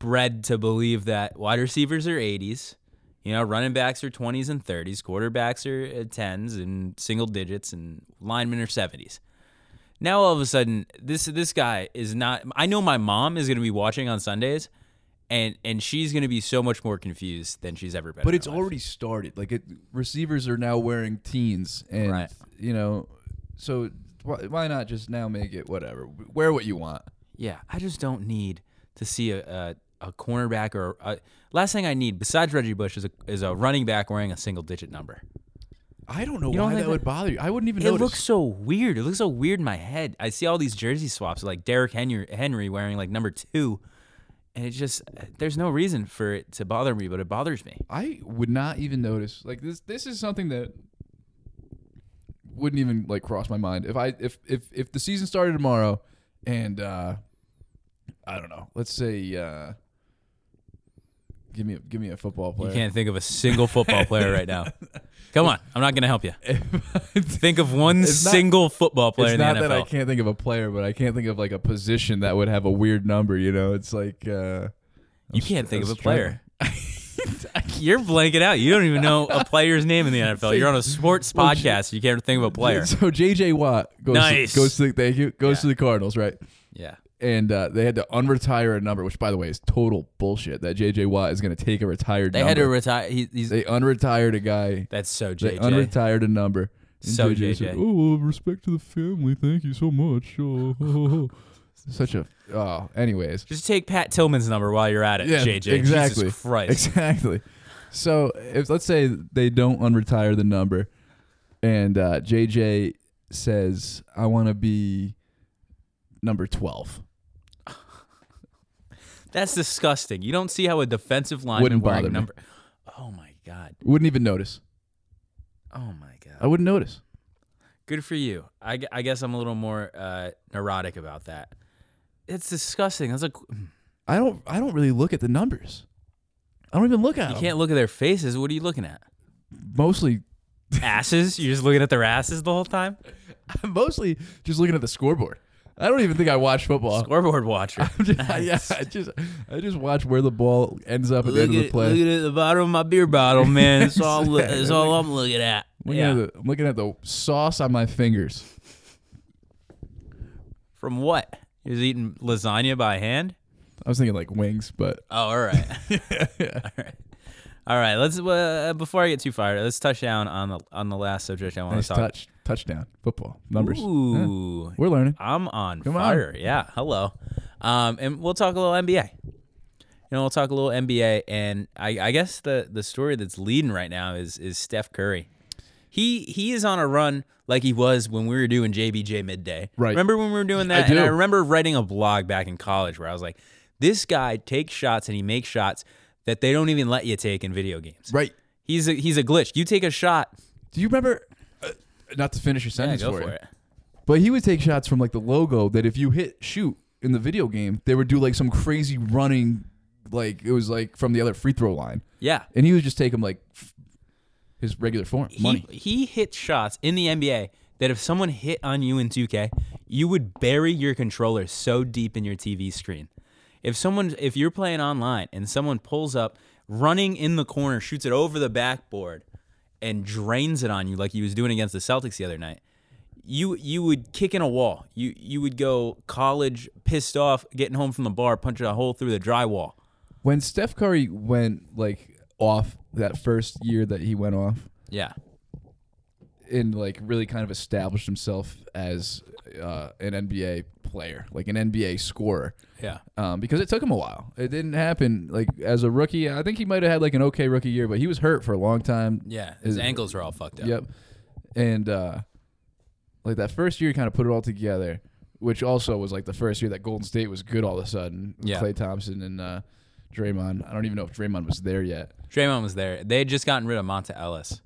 [SPEAKER 1] bred to believe that wide receivers are 80s, you know, running backs are 20s and 30s, quarterbacks are uh, 10s and single digits, and linemen are 70s. Now all of a sudden, this this guy is not. I know my mom is going to be watching on Sundays. And, and she's going to be so much more confused than she's ever been.
[SPEAKER 2] But
[SPEAKER 1] in
[SPEAKER 2] it's
[SPEAKER 1] her life.
[SPEAKER 2] already started. Like it, receivers are now wearing teens, and
[SPEAKER 1] Right.
[SPEAKER 2] you know, so why, why not just now make it whatever? Wear what you want.
[SPEAKER 1] Yeah, I just don't need to see a a, a cornerback or a, last thing I need besides Reggie Bush is a is a running back wearing a single digit number.
[SPEAKER 2] I don't know
[SPEAKER 1] don't
[SPEAKER 2] why
[SPEAKER 1] think
[SPEAKER 2] that,
[SPEAKER 1] that-
[SPEAKER 2] would bother you. I wouldn't even
[SPEAKER 1] It
[SPEAKER 2] notice.
[SPEAKER 1] looks so weird. It looks so weird in my head. I see all these jersey swaps like Derrick Henry, Henry wearing like number two, and it just there's no reason for it to bother me, but it bothers me.
[SPEAKER 2] I would not even notice. Like this this is something that wouldn't even like cross my mind. If I if if if the season started tomorrow and uh I don't know. Let's say uh give me a, give me a football player.
[SPEAKER 1] You can't think of a single football player right now. Come on, I'm not gonna help you. Think of one
[SPEAKER 2] It's not-
[SPEAKER 1] single football player
[SPEAKER 2] it's
[SPEAKER 1] in the
[SPEAKER 2] not
[SPEAKER 1] NFL.
[SPEAKER 2] that I can't think of a player, but I can't think of like a position that would have a weird number, you know. It's like uh
[SPEAKER 1] You can't think of
[SPEAKER 2] was
[SPEAKER 1] a player. You're blanking out. You don't even know a player's name in the NFL. You're on a sports podcast. You can't think of a player.
[SPEAKER 2] So JJ Watt goes
[SPEAKER 1] Nice.
[SPEAKER 2] to, goes to the, thank you, goes to the Cardinals, right?
[SPEAKER 1] Yeah.
[SPEAKER 2] and uh, they had to unretire a number, which by the way is total bullshit. That JJ Watt is going to take a retired.
[SPEAKER 1] They
[SPEAKER 2] number.
[SPEAKER 1] had to retire. He, he's
[SPEAKER 2] They unretired a guy.
[SPEAKER 1] that's so
[SPEAKER 2] They
[SPEAKER 1] JJ.
[SPEAKER 2] unretired a number. And
[SPEAKER 1] So
[SPEAKER 2] Said,
[SPEAKER 1] JJ.
[SPEAKER 2] oh, well, respect to the family. Thank you so much. Oh, oh, oh." Such a. Oh, anyways.
[SPEAKER 1] Just take Pat Tillman's number while you're at it, JJ.
[SPEAKER 2] Exactly.
[SPEAKER 1] Jesus Christ.
[SPEAKER 2] Exactly. So if let's say they don't unretire the number, and uh, JJ says, "I want to be number 12.
[SPEAKER 1] That's disgusting. You don't see how a defensive line
[SPEAKER 2] Wouldn't
[SPEAKER 1] wearing
[SPEAKER 2] bother me.
[SPEAKER 1] number. Oh my god.
[SPEAKER 2] Wouldn't even notice.
[SPEAKER 1] Oh my god.
[SPEAKER 2] I wouldn't notice.
[SPEAKER 1] Good for you. I, gu- I guess I'm a little more uh, neurotic about that. It's disgusting. That's like you
[SPEAKER 2] I don't I don't really look at the numbers. I don't even look at them.
[SPEAKER 1] can't look at their faces. What are you looking at?
[SPEAKER 2] Mostly
[SPEAKER 1] Asses? You're just looking at their asses the whole time?
[SPEAKER 2] I'm mostly just looking at the scoreboard. I don't even think I watch football.
[SPEAKER 1] Scoreboard watcher.
[SPEAKER 2] I'm just- I- yeah, I just I just watch where the ball ends up at the end of the play.
[SPEAKER 1] look at the bottom of my beer bottle, man. It's all it's all I'm looking at.
[SPEAKER 2] Looking at the- I'm looking at the sauce on my fingers.
[SPEAKER 1] From what? He was eating lasagna by hand?
[SPEAKER 2] I was thinking like wings, but
[SPEAKER 1] Oh, all right. All right. All right. Let's uh, before I get too fired, let's touch down on the on the last subject I want
[SPEAKER 2] nice
[SPEAKER 1] to talk.
[SPEAKER 2] touch, touchdown, football numbers. Yeah.
[SPEAKER 1] Ooh.
[SPEAKER 2] We're learning.
[SPEAKER 1] I'm on
[SPEAKER 2] Come on.
[SPEAKER 1] fire. Yeah. Hello. Um, and we'll talk a little NBA. You know, we'll talk a little NBA, and I, I guess the the story that's leading right now is is Steph Curry. He he is on a run like he was when we were doing JBJ midday.
[SPEAKER 2] Right.
[SPEAKER 1] Remember when we were doing that?
[SPEAKER 2] I do.
[SPEAKER 1] And I remember writing a blog back in college where I was like, this guy takes shots and he makes shots that they don't even let you take in video games.
[SPEAKER 2] Right.
[SPEAKER 1] He's a he's a glitch. You take a shot,
[SPEAKER 2] Do you remember? Uh, not to finish your
[SPEAKER 1] yeah,
[SPEAKER 2] sentence
[SPEAKER 1] go
[SPEAKER 2] for, you,
[SPEAKER 1] for it.
[SPEAKER 2] but he would take shots from like the logo that if you hit shoot in the video game, they would do like some crazy running, like it was like from the other free throw line,
[SPEAKER 1] Yeah.
[SPEAKER 2] and he would just take them like f- his regular form, money.
[SPEAKER 1] He, he hits shots in the NBA that if someone hit on you in 2K, you would bury your controller so deep in your TV screen. If someone if you're playing online and someone pulls up running in the corner, shoots it over the backboard and drains it on you like he was doing against the Celtics the other night, you you would kick in a wall. You you would go college pissed off, getting home from the bar, punching a hole through the drywall.
[SPEAKER 2] When Steph Curry went like off that first year that he went off,
[SPEAKER 1] Yeah.
[SPEAKER 2] and like really kind of established himself as uh, an NBA player, like an NBA scorer.
[SPEAKER 1] Yeah.
[SPEAKER 2] Um, because it took him a while. It didn't happen like as a rookie. I think he might have had like an okay rookie year, but he was hurt for a long time.
[SPEAKER 1] Yeah. His
[SPEAKER 2] Is-
[SPEAKER 1] ankles were all fucked up.
[SPEAKER 2] Yep. And uh, like that first year, he kind of put it all together, which also was like the first year that Golden State was good all of a sudden. with
[SPEAKER 1] Yeah.
[SPEAKER 2] Klay Thompson and uh, Draymond. I don't even know if Draymond was there yet.
[SPEAKER 1] Draymond was there. They had just gotten rid of Monta Ellis,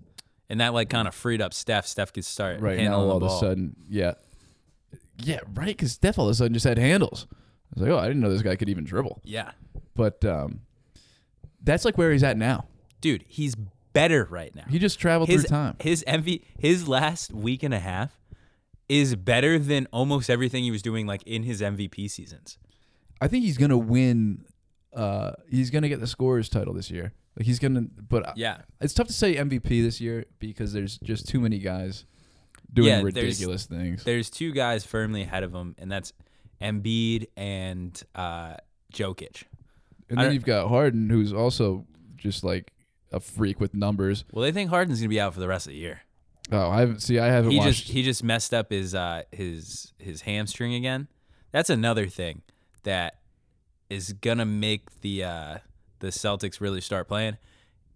[SPEAKER 1] and that like kind of freed up Steph. Steph could start
[SPEAKER 2] right now
[SPEAKER 1] handling
[SPEAKER 2] all
[SPEAKER 1] the
[SPEAKER 2] of
[SPEAKER 1] ball.
[SPEAKER 2] a sudden yeah yeah right because steph all of a sudden just had handles i was like oh i didn't know this guy could even dribble
[SPEAKER 1] yeah,
[SPEAKER 2] but um that's like where he's at now
[SPEAKER 1] dude, he's better right now.
[SPEAKER 2] he just traveled
[SPEAKER 1] his
[SPEAKER 2] through time
[SPEAKER 1] his MV his last week and a half is better than almost everything he was doing like in his MVP seasons.
[SPEAKER 2] i think he's gonna win uh he's gonna get the scorers title this year like he's gonna but yeah.
[SPEAKER 1] Yeah,
[SPEAKER 2] it's tough to say mvp this year because there's just too many guys doing
[SPEAKER 1] Yeah, there's-
[SPEAKER 2] ridiculous things
[SPEAKER 1] there's two guys firmly ahead of him, and that's Embiid and uh, Jokic.
[SPEAKER 2] and
[SPEAKER 1] I
[SPEAKER 2] then
[SPEAKER 1] don't-
[SPEAKER 2] you've got harden who's also just like a freak with numbers
[SPEAKER 1] Well, they think Harden's gonna be out for the rest of the year.
[SPEAKER 2] oh i haven't see i haven't
[SPEAKER 1] he
[SPEAKER 2] watched
[SPEAKER 1] just he just messed up his uh his his hamstring again. That's another thing that is gonna make the uh the Celtics really start playing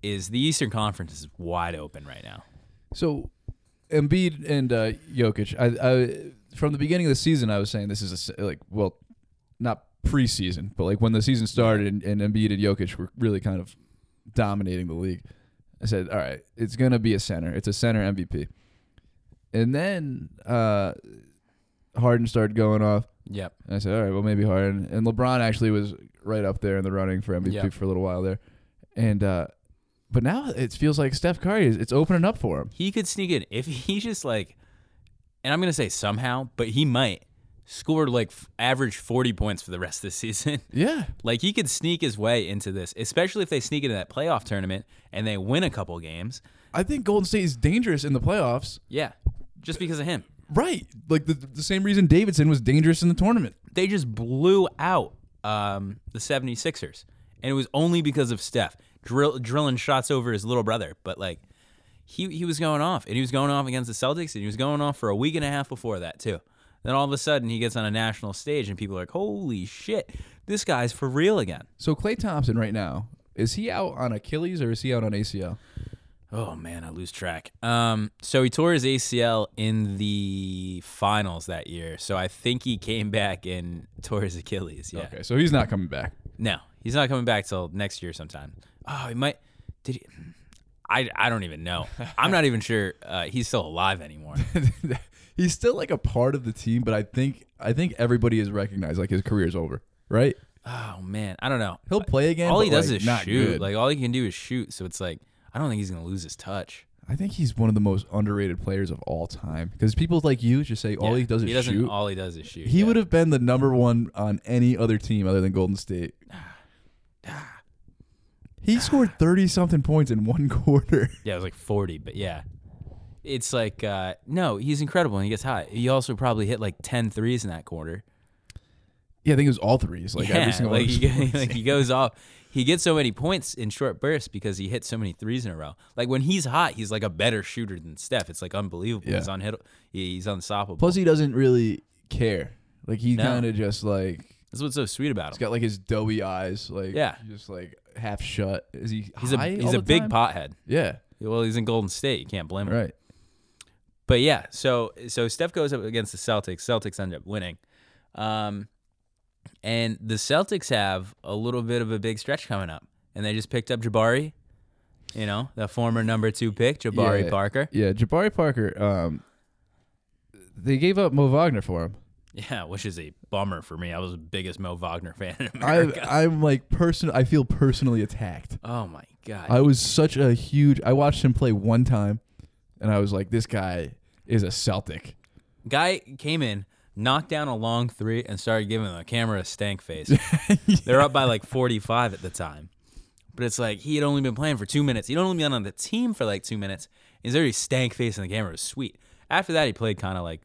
[SPEAKER 1] is the Eastern Conference is wide open right now.
[SPEAKER 2] So, Embiid and uh, Jokic. I, I from the beginning of the season, I was saying this is a, se- like well, not preseason, but like when the season started and, and Embiid and Jokic were really kind of dominating the league. I said, all right, it's gonna be a center. It's a center MVP. And then uh, Harden started going off.
[SPEAKER 1] Yep.
[SPEAKER 2] And I said, all right, well, maybe Harden. And LeBron actually was right up there in the running for MVP
[SPEAKER 1] Yeah.
[SPEAKER 2] for a little while there. And uh, but now it feels like Steph Curry is it's opening up for him.
[SPEAKER 1] He could sneak in if he just like and I'm gonna say somehow, but he might score like f- average 40 points for the rest of the season.
[SPEAKER 2] Yeah.
[SPEAKER 1] Like he could sneak his way into this, especially if they sneak into that playoff tournament and they win a couple games.
[SPEAKER 2] I think Golden State is dangerous in the playoffs.
[SPEAKER 1] Yeah. Just because of him.
[SPEAKER 2] Right. Like the, the same reason Davidson was dangerous in the tournament.
[SPEAKER 1] they just blew out um, the 76ers. And it was only because of Steph drill, drilling shots over his little brother. But like, he, he was going off, and he was going off against the Celtics, and he was going off for a week and a half before that, too. Then all of a sudden, he gets on a national stage, and people are like, holy shit, this guy's for real again.
[SPEAKER 2] So Clay Thompson right now, is he out on Achilles or is he out on ACL?
[SPEAKER 1] Oh, man, I lose track. Um, so he tore his ACL in the finals that year. So I think he came back and tore his Achilles. Yeah.
[SPEAKER 2] Okay, so he's not coming back.
[SPEAKER 1] No, he's not coming back till next year sometime. Oh, he might. Did he? I, I don't even know. I'm not even sure uh, he's still alive anymore.
[SPEAKER 2] he's still like a part of the team, but I think I think everybody is recognized like his career's over, right?
[SPEAKER 1] Oh man, I don't know.
[SPEAKER 2] He'll play again.
[SPEAKER 1] all he
[SPEAKER 2] but,
[SPEAKER 1] does
[SPEAKER 2] like,
[SPEAKER 1] is
[SPEAKER 2] not
[SPEAKER 1] shoot.
[SPEAKER 2] good.
[SPEAKER 1] Like all he can do is shoot. So it's like I don't think he's gonna lose his touch.
[SPEAKER 2] I think he's one of the most underrated players of all time because people like you just say all
[SPEAKER 1] Yeah.
[SPEAKER 2] he does is
[SPEAKER 1] he doesn't,
[SPEAKER 2] shoot.
[SPEAKER 1] All he does is shoot.
[SPEAKER 2] he
[SPEAKER 1] yeah.
[SPEAKER 2] would have been the number one on any other team other than Golden State. He scored thirty something points in one quarter.
[SPEAKER 1] Yeah, it was like 40, but yeah. It's like, uh, no, he's incredible and he gets hot. He also probably hit like 10 threes in that quarter.
[SPEAKER 2] Yeah, I think it was all threes, like
[SPEAKER 1] yeah,
[SPEAKER 2] every single
[SPEAKER 1] like
[SPEAKER 2] one.
[SPEAKER 1] he, go- like he goes off. He gets so many points in short bursts because he hits so many threes in a row. Like when he's hot, he's like a better shooter than Steph. It's like unbelievable.
[SPEAKER 2] Yeah.
[SPEAKER 1] He's unhit. He's unstoppable.
[SPEAKER 2] Plus, he doesn't really care. Like he
[SPEAKER 1] No.
[SPEAKER 2] kind of just like
[SPEAKER 1] That's what's so sweet about
[SPEAKER 2] he's
[SPEAKER 1] him.
[SPEAKER 2] got like his doughy eyes, like
[SPEAKER 1] Yeah.
[SPEAKER 2] just like half shut. Is he?
[SPEAKER 1] He's a
[SPEAKER 2] high
[SPEAKER 1] he's
[SPEAKER 2] all
[SPEAKER 1] a
[SPEAKER 2] the
[SPEAKER 1] big
[SPEAKER 2] time?
[SPEAKER 1] pothead.
[SPEAKER 2] Yeah,
[SPEAKER 1] Well, he's in Golden State. You can't blame him.
[SPEAKER 2] right.
[SPEAKER 1] But yeah, so so Steph goes up against the Celtics. Celtics end up winning, um, and the Celtics have a little bit of a big stretch coming up, and they just picked up Jabari, you know, the former number two pick, Jabari
[SPEAKER 2] Yeah.
[SPEAKER 1] Parker.
[SPEAKER 2] Yeah, Jabari Parker. Um, they gave up Mo Wagner for him.
[SPEAKER 1] Yeah, which is a bummer for me. I was the biggest Mo Wagner fan in
[SPEAKER 2] I,
[SPEAKER 1] America.
[SPEAKER 2] I'm like person. I feel personally attacked.
[SPEAKER 1] oh my god,
[SPEAKER 2] I was such a huge. I watched him play one time, and I was like, this guy is a Celtic.
[SPEAKER 1] guy came in. Knocked down a long three and started giving the camera a stank face. They're up by like 45 at the time. But it's like he had only been playing for two minutes. He'd only been on the team for like two minutes. He's already stank face in the camera. It was sweet. After that, he played kind of like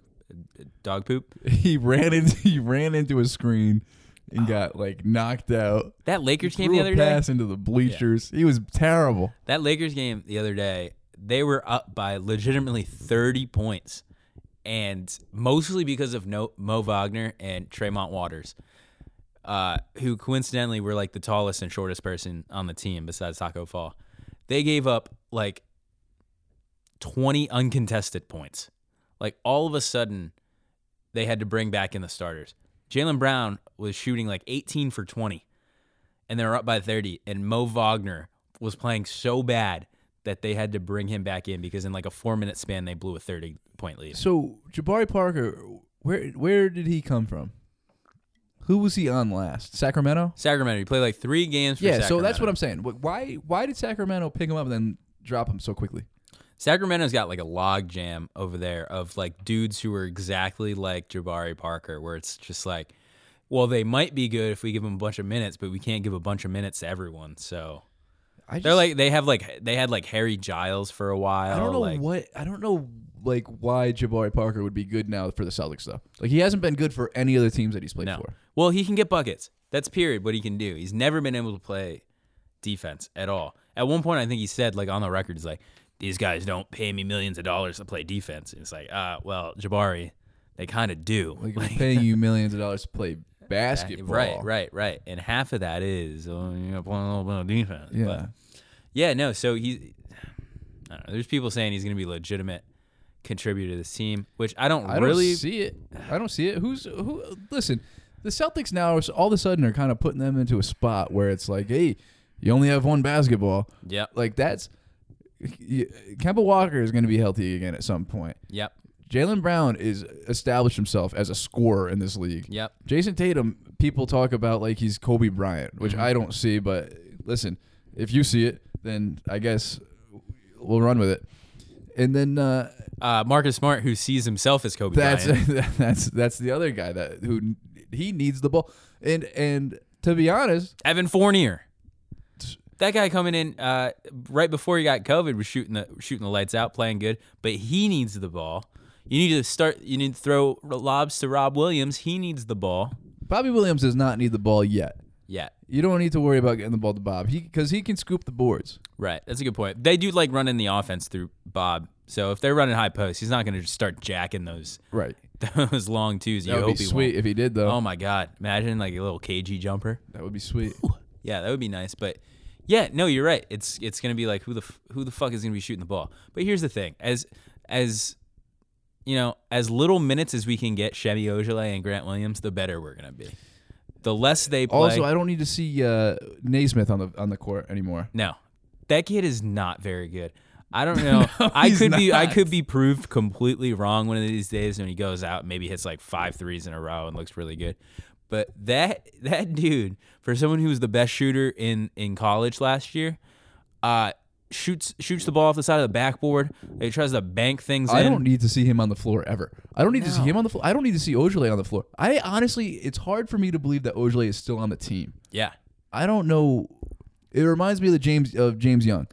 [SPEAKER 1] uh, dog poop.
[SPEAKER 2] He ran into he ran into a screen and got like knocked out.
[SPEAKER 1] That Lakers game
[SPEAKER 2] Threw
[SPEAKER 1] the
[SPEAKER 2] a
[SPEAKER 1] other day.
[SPEAKER 2] pass into the bleachers. He was terrible.
[SPEAKER 1] That Lakers game the other day. They were up by legitimately 30 points, and mostly because of no- Mo Wagner and Tremont Waters, uh, who coincidentally were like the tallest and shortest person on the team besides Taco Fall. They gave up like 20 uncontested points. Like all of a sudden, they had to bring back in the starters. Jalen Brown was shooting like 18 for 20, and they were up by 30. And Mo Wagner was playing so bad that they had to bring him back in because in like a four minute span, they blew a 30 point lead.
[SPEAKER 2] So Jabari Parker, where where did he come from? Who was he on last? Sacramento.
[SPEAKER 1] Sacramento, he played like three games for
[SPEAKER 2] Yeah, so that's
[SPEAKER 1] Sacramento.
[SPEAKER 2] what I'm saying. Wh- Why why did Sacramento pick him up and then drop him so quickly?
[SPEAKER 1] Sacramento's got like a log jam over there of like dudes who are exactly like Jabari Parker, where it's just like, well, they might be good if we give them a bunch of minutes, but we can't give a bunch of minutes to everyone. So
[SPEAKER 2] I just,
[SPEAKER 1] they're like, they have like, they had like Harry Giles for a while.
[SPEAKER 2] I don't know
[SPEAKER 1] Oh, like,
[SPEAKER 2] what I don't know like why Jabari Parker would be good now for the Celtics though. Like he hasn't been good for any other teams that he's played
[SPEAKER 1] No.
[SPEAKER 2] for.
[SPEAKER 1] Well, he can get buckets. That's period. What he can do. He's never been able to play defense at all. At one point, I think he said like on the record, he's like, "These guys don't pay me millions of dollars to play defense." And it's like, uh, well, Jabari, they kind of do.
[SPEAKER 2] Like, we're paying you millions of dollars to play basketball.
[SPEAKER 1] Right, right, right. And half of that is uh, you know, playing a little bit of defense.
[SPEAKER 2] Yeah.
[SPEAKER 1] But yeah, no. So he, I don't know. There's people saying he's going to be a legitimate contributor to this team, which I don't
[SPEAKER 2] I don't
[SPEAKER 1] really.
[SPEAKER 2] see it. I don't see it. Who's who listen, the Celtics now is- all of a sudden are kind of putting them into a spot where it's like, hey, you only have one basketball.
[SPEAKER 1] Yep,
[SPEAKER 2] Like that's y- Kemba Walker is going to be healthy again at some point.
[SPEAKER 1] yep,
[SPEAKER 2] Jalen Brown is established himself as a scorer in this league.
[SPEAKER 1] yep.
[SPEAKER 2] Jason Tatum, people talk about like he's Kobe Bryant, which I don't see, but listen, if you see it, then I guess we'll run with it. And then uh,
[SPEAKER 1] Uh, Marcus Smart, who sees himself as Kobe
[SPEAKER 2] that's
[SPEAKER 1] Bryant.
[SPEAKER 2] that's that's the other guy that who he needs the ball. And and to be honest,
[SPEAKER 1] Evan Fournier. That guy coming in uh, right before he got COVID was shooting the shooting the lights out, playing good, but he needs the ball. You need to start. You need to throw lobs to Rob Williams. He needs the ball.
[SPEAKER 2] Bobby Williams does not need the ball yet.
[SPEAKER 1] Yeah,
[SPEAKER 2] You don't need to worry about getting the ball to Bob. He because he can scoop the boards.
[SPEAKER 1] Right. That's a good point. They do like running the offense through Bob. So if they're running high post, he's not going to just start jacking those
[SPEAKER 2] Right.
[SPEAKER 1] those long twos. You
[SPEAKER 2] That would
[SPEAKER 1] hope
[SPEAKER 2] be
[SPEAKER 1] he
[SPEAKER 2] sweet
[SPEAKER 1] won't.
[SPEAKER 2] if he did though.
[SPEAKER 1] Oh my God! Imagine like a little cagey jumper.
[SPEAKER 2] that would be sweet.
[SPEAKER 1] Yeah, that would be nice. But yeah, no, you're right. It's it's going to be like who the f- who the fuck is going to be shooting the ball? But here's the thing: as as you know, as little minutes as we can get Chevy Ojale and Grant Williams, the better we're going to be. The less they play,
[SPEAKER 2] Also, I don't need to see uh, Naismith on the on the court anymore.
[SPEAKER 1] No, that kid is not very good. I don't know. I
[SPEAKER 2] he's
[SPEAKER 1] could be I
[SPEAKER 2] not.
[SPEAKER 1] could be proved completely wrong one of these days when he goes out and maybe hits like five threes in a row and looks really good. But that that dude, for someone who was the best shooter in in college last year, uh, shoots shoots the ball off the side of the backboard. He tries to bank things
[SPEAKER 2] I
[SPEAKER 1] in.
[SPEAKER 2] don't need to see him on the floor ever. I don't need to see
[SPEAKER 1] No.
[SPEAKER 2] him on the floor. I don't need to see Ojale on the floor. I honestly, it's hard for me to believe that Ojale is still on the team.
[SPEAKER 1] yeah.
[SPEAKER 2] I don't know. It reminds me of the James of James Young.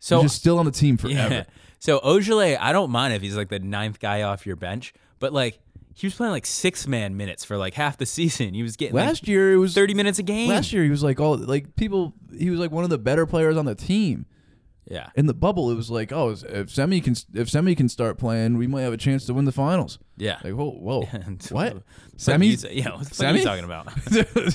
[SPEAKER 1] So
[SPEAKER 2] He's just still on the team forever.
[SPEAKER 1] yeah. So Ojale, I don't mind if he's like the ninth guy off your bench, but like he was playing like six man minutes for like half the season. He was getting like,
[SPEAKER 2] Last year it was
[SPEAKER 1] thirty minutes a game.
[SPEAKER 2] Last year he was like all like people. He was like one of the better players on the team.
[SPEAKER 1] yeah.
[SPEAKER 2] In the bubble, it was like, oh, if Semi can if Semi can start playing, we might have a chance to win the finals.
[SPEAKER 1] Yeah.
[SPEAKER 2] Like, whoa, whoa,
[SPEAKER 1] And
[SPEAKER 2] what?
[SPEAKER 1] Semi?
[SPEAKER 2] Semi?
[SPEAKER 1] Yeah, what the fuck are
[SPEAKER 2] Semi?
[SPEAKER 1] you talking about?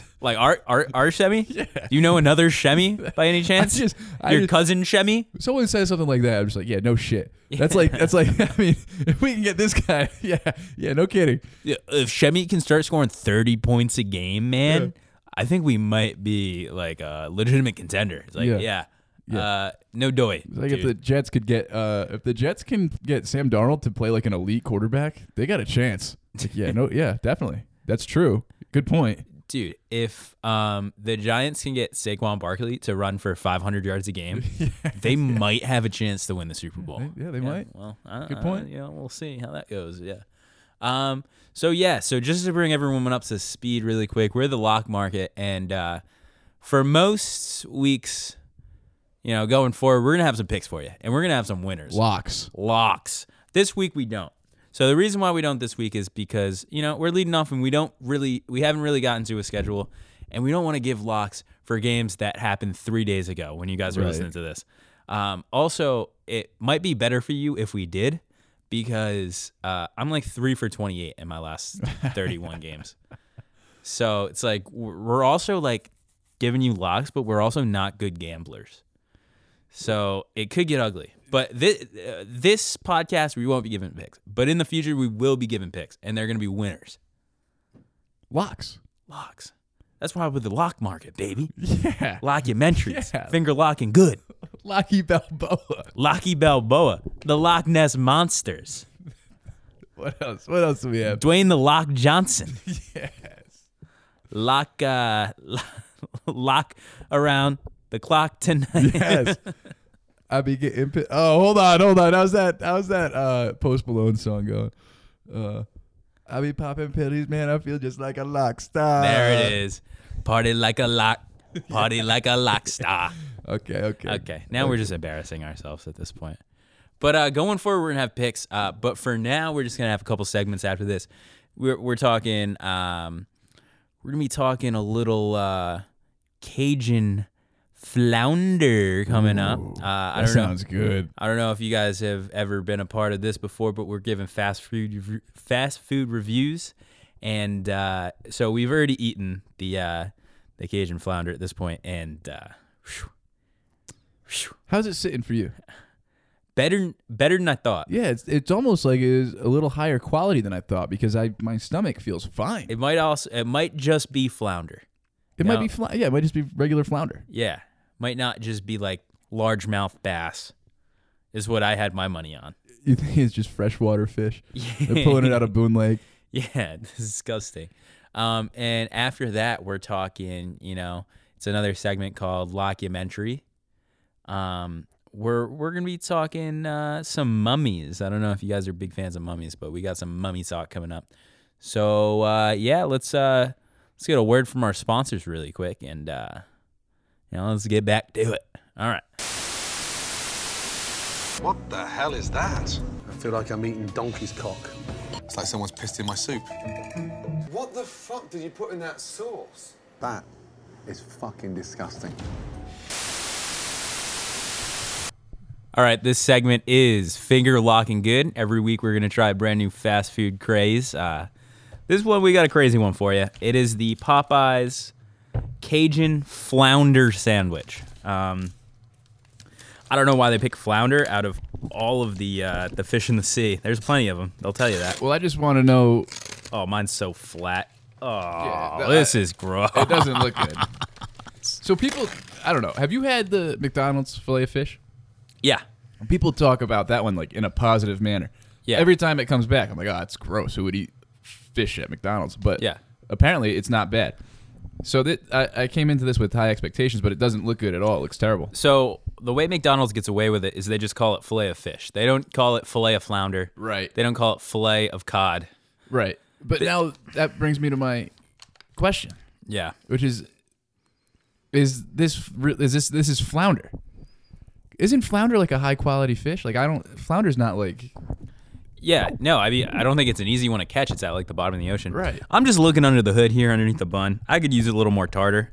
[SPEAKER 1] Like our our our Shemi? Yeah. Do you know another Shemi by any chance?
[SPEAKER 2] just- I
[SPEAKER 1] Your
[SPEAKER 2] just-
[SPEAKER 1] cousin Shemi?
[SPEAKER 2] someone says something like that, I'm just like, yeah, no shit. That's like that's like I mean, if we can get this guy, yeah, yeah, no kidding.
[SPEAKER 1] Yeah, If Shemi can start scoring thirty points a game, man, I think we might be like a legitimate contender. It's like,
[SPEAKER 2] Yeah.
[SPEAKER 1] yeah, Uh, no doy.
[SPEAKER 2] It's Like if
[SPEAKER 1] dude.
[SPEAKER 2] the Jets could get uh if the Jets can get Sam Darnold to play like an elite quarterback, they got a chance. It's like, yeah, no, yeah, definitely. That's true. Good point.
[SPEAKER 1] dude, if um the Giants can get Saquon Barkley to run for 500 yards a game, they might have a chance to win the Super Bowl.
[SPEAKER 2] they- yeah, they might.
[SPEAKER 1] Well, I,
[SPEAKER 2] Good
[SPEAKER 1] I-
[SPEAKER 2] point.
[SPEAKER 1] you know, we'll see how that goes. Yeah. Um. So yeah. So just to bring everyone up to speed really quick, we're the lock market, and uh, for most weeks, you know, going forward, we're gonna have some picks for you, and we're gonna have some winners
[SPEAKER 2] Locks.
[SPEAKER 1] locks. This week we don't. So the reason why we don't this week is because you know we're leading off and we don't really we haven't really gotten to a schedule, and we don't want to give locks for games that happened three days ago when you guys were
[SPEAKER 2] Right.
[SPEAKER 1] listening to this. Um, also, it might be better for you if we did because uh, I'm like three for 28 in my last 31 games. So it's like we're we're also like giving you locks, but we're also not good gamblers. So it could get ugly. But this, uh, this podcast, we won't be giving picks. But in the future, we will be giving picks, and they're going to be winners.
[SPEAKER 2] Locks.
[SPEAKER 1] Locks. That's why we're the lock market, baby.
[SPEAKER 2] Yeah.
[SPEAKER 1] Lockumentaries.
[SPEAKER 2] Yeah.
[SPEAKER 1] Finger locking good.
[SPEAKER 2] Locky Balboa.
[SPEAKER 1] Locky Balboa. The Loch Ness Monsters.
[SPEAKER 2] What else? What else do we have?
[SPEAKER 1] Dwayne the Lock Johnson. Yes. Lock, uh, lo- lock around the clock tonight.
[SPEAKER 2] Yes. I be getting pi- Oh, hold on, hold on. How's that? How's that uh, Post Malone song going? Uh, I be popping pillies, man. I feel just like a lock star.
[SPEAKER 1] There it is. Party like a lock. Party like a lock star.
[SPEAKER 2] Okay, okay,
[SPEAKER 1] Okay. Now we're just embarrassing ourselves at this point. But uh, going forward, we're gonna have picks. Uh, but for now, we're just gonna have a couple segments after this. We're we're talking. Um, we're gonna be talking a little uh, Cajun flounder coming up. Uh, I
[SPEAKER 2] That
[SPEAKER 1] don't know.
[SPEAKER 2] sounds good.
[SPEAKER 1] I don't know if you guys have ever been a part of this before, but we're giving fast food fast food reviews, and uh, so we've already eaten the uh, the Cajun flounder at this point, and uh, whew, whew,
[SPEAKER 2] How's it sitting for you?
[SPEAKER 1] better better than I thought.
[SPEAKER 2] Yeah, it's it's almost like it's a little higher quality than I thought because I my stomach feels fine. It,
[SPEAKER 1] It might also it might just be flounder.
[SPEAKER 2] might
[SPEAKER 1] no.
[SPEAKER 2] be fly- yeah, it might just be regular flounder.
[SPEAKER 1] Yeah, might not just be like largemouth bass, is what I had my money on.
[SPEAKER 2] You think it's just freshwater fish? They're pulling it out of Boone Lake.
[SPEAKER 1] Yeah, disgusting. Um, and after that, we're talking. You know, it's another segment called Lockumentary. Um, we're we're gonna be talking uh, some mummies. I don't know if you guys are big fans of mummies, but we got some mummy talk coming up. So uh, yeah, let's uh, let's get a word from our sponsors really quick, and uh, you know, let's get back to it. All right.
[SPEAKER 3] What the hell is that?
[SPEAKER 4] I feel like I'm eating donkey's cock.
[SPEAKER 5] It's like someone's pissed in my soup.
[SPEAKER 6] What the fuck did you put in that sauce?
[SPEAKER 5] That is fucking disgusting.
[SPEAKER 1] All right, this segment is finger locking good. Every week we're gonna try a brand new fast food craze. Uh, this one we got a crazy one for you. It is the Popeyes Cajun flounder sandwich. Um, I don't know why they pick flounder out of all of the uh, the fish in the sea. There's plenty of them. They'll tell you that.
[SPEAKER 2] Well, I just want to know.
[SPEAKER 1] Oh, mine's so flat. Oh,
[SPEAKER 2] that-
[SPEAKER 1] this is gross.
[SPEAKER 2] It doesn't look good. so people, I don't know. Have you had the McDonald's fillet of fish?
[SPEAKER 1] Yeah,
[SPEAKER 2] People talk about that one like in a positive manner.
[SPEAKER 1] Yeah.
[SPEAKER 2] Every time it comes "Ah, back, I'm like, oh, it's gross. Who would eat fish at McDonald's? But
[SPEAKER 1] Yeah.
[SPEAKER 2] apparently it's not bad. So that I, I came into this with high expectations, but it doesn't look good at all. It looks terrible.
[SPEAKER 1] So the way McDonald's gets away with it is they just call it fillet of fish. They don't call it fillet of flounder.
[SPEAKER 2] Right.
[SPEAKER 1] They don't call it fillet of cod.
[SPEAKER 2] Right. But now that brings me to my question,
[SPEAKER 1] Yeah.
[SPEAKER 2] which is is this re- is this this is flounder? Isn't flounder like a high quality fish? Like I don't flounder's not like
[SPEAKER 1] Yeah. No, I mean I don't think it's an easy one to catch. It's at like the bottom of the ocean.
[SPEAKER 2] Right.
[SPEAKER 1] I'm just looking under the hood here underneath the bun. I could use a little more tartar.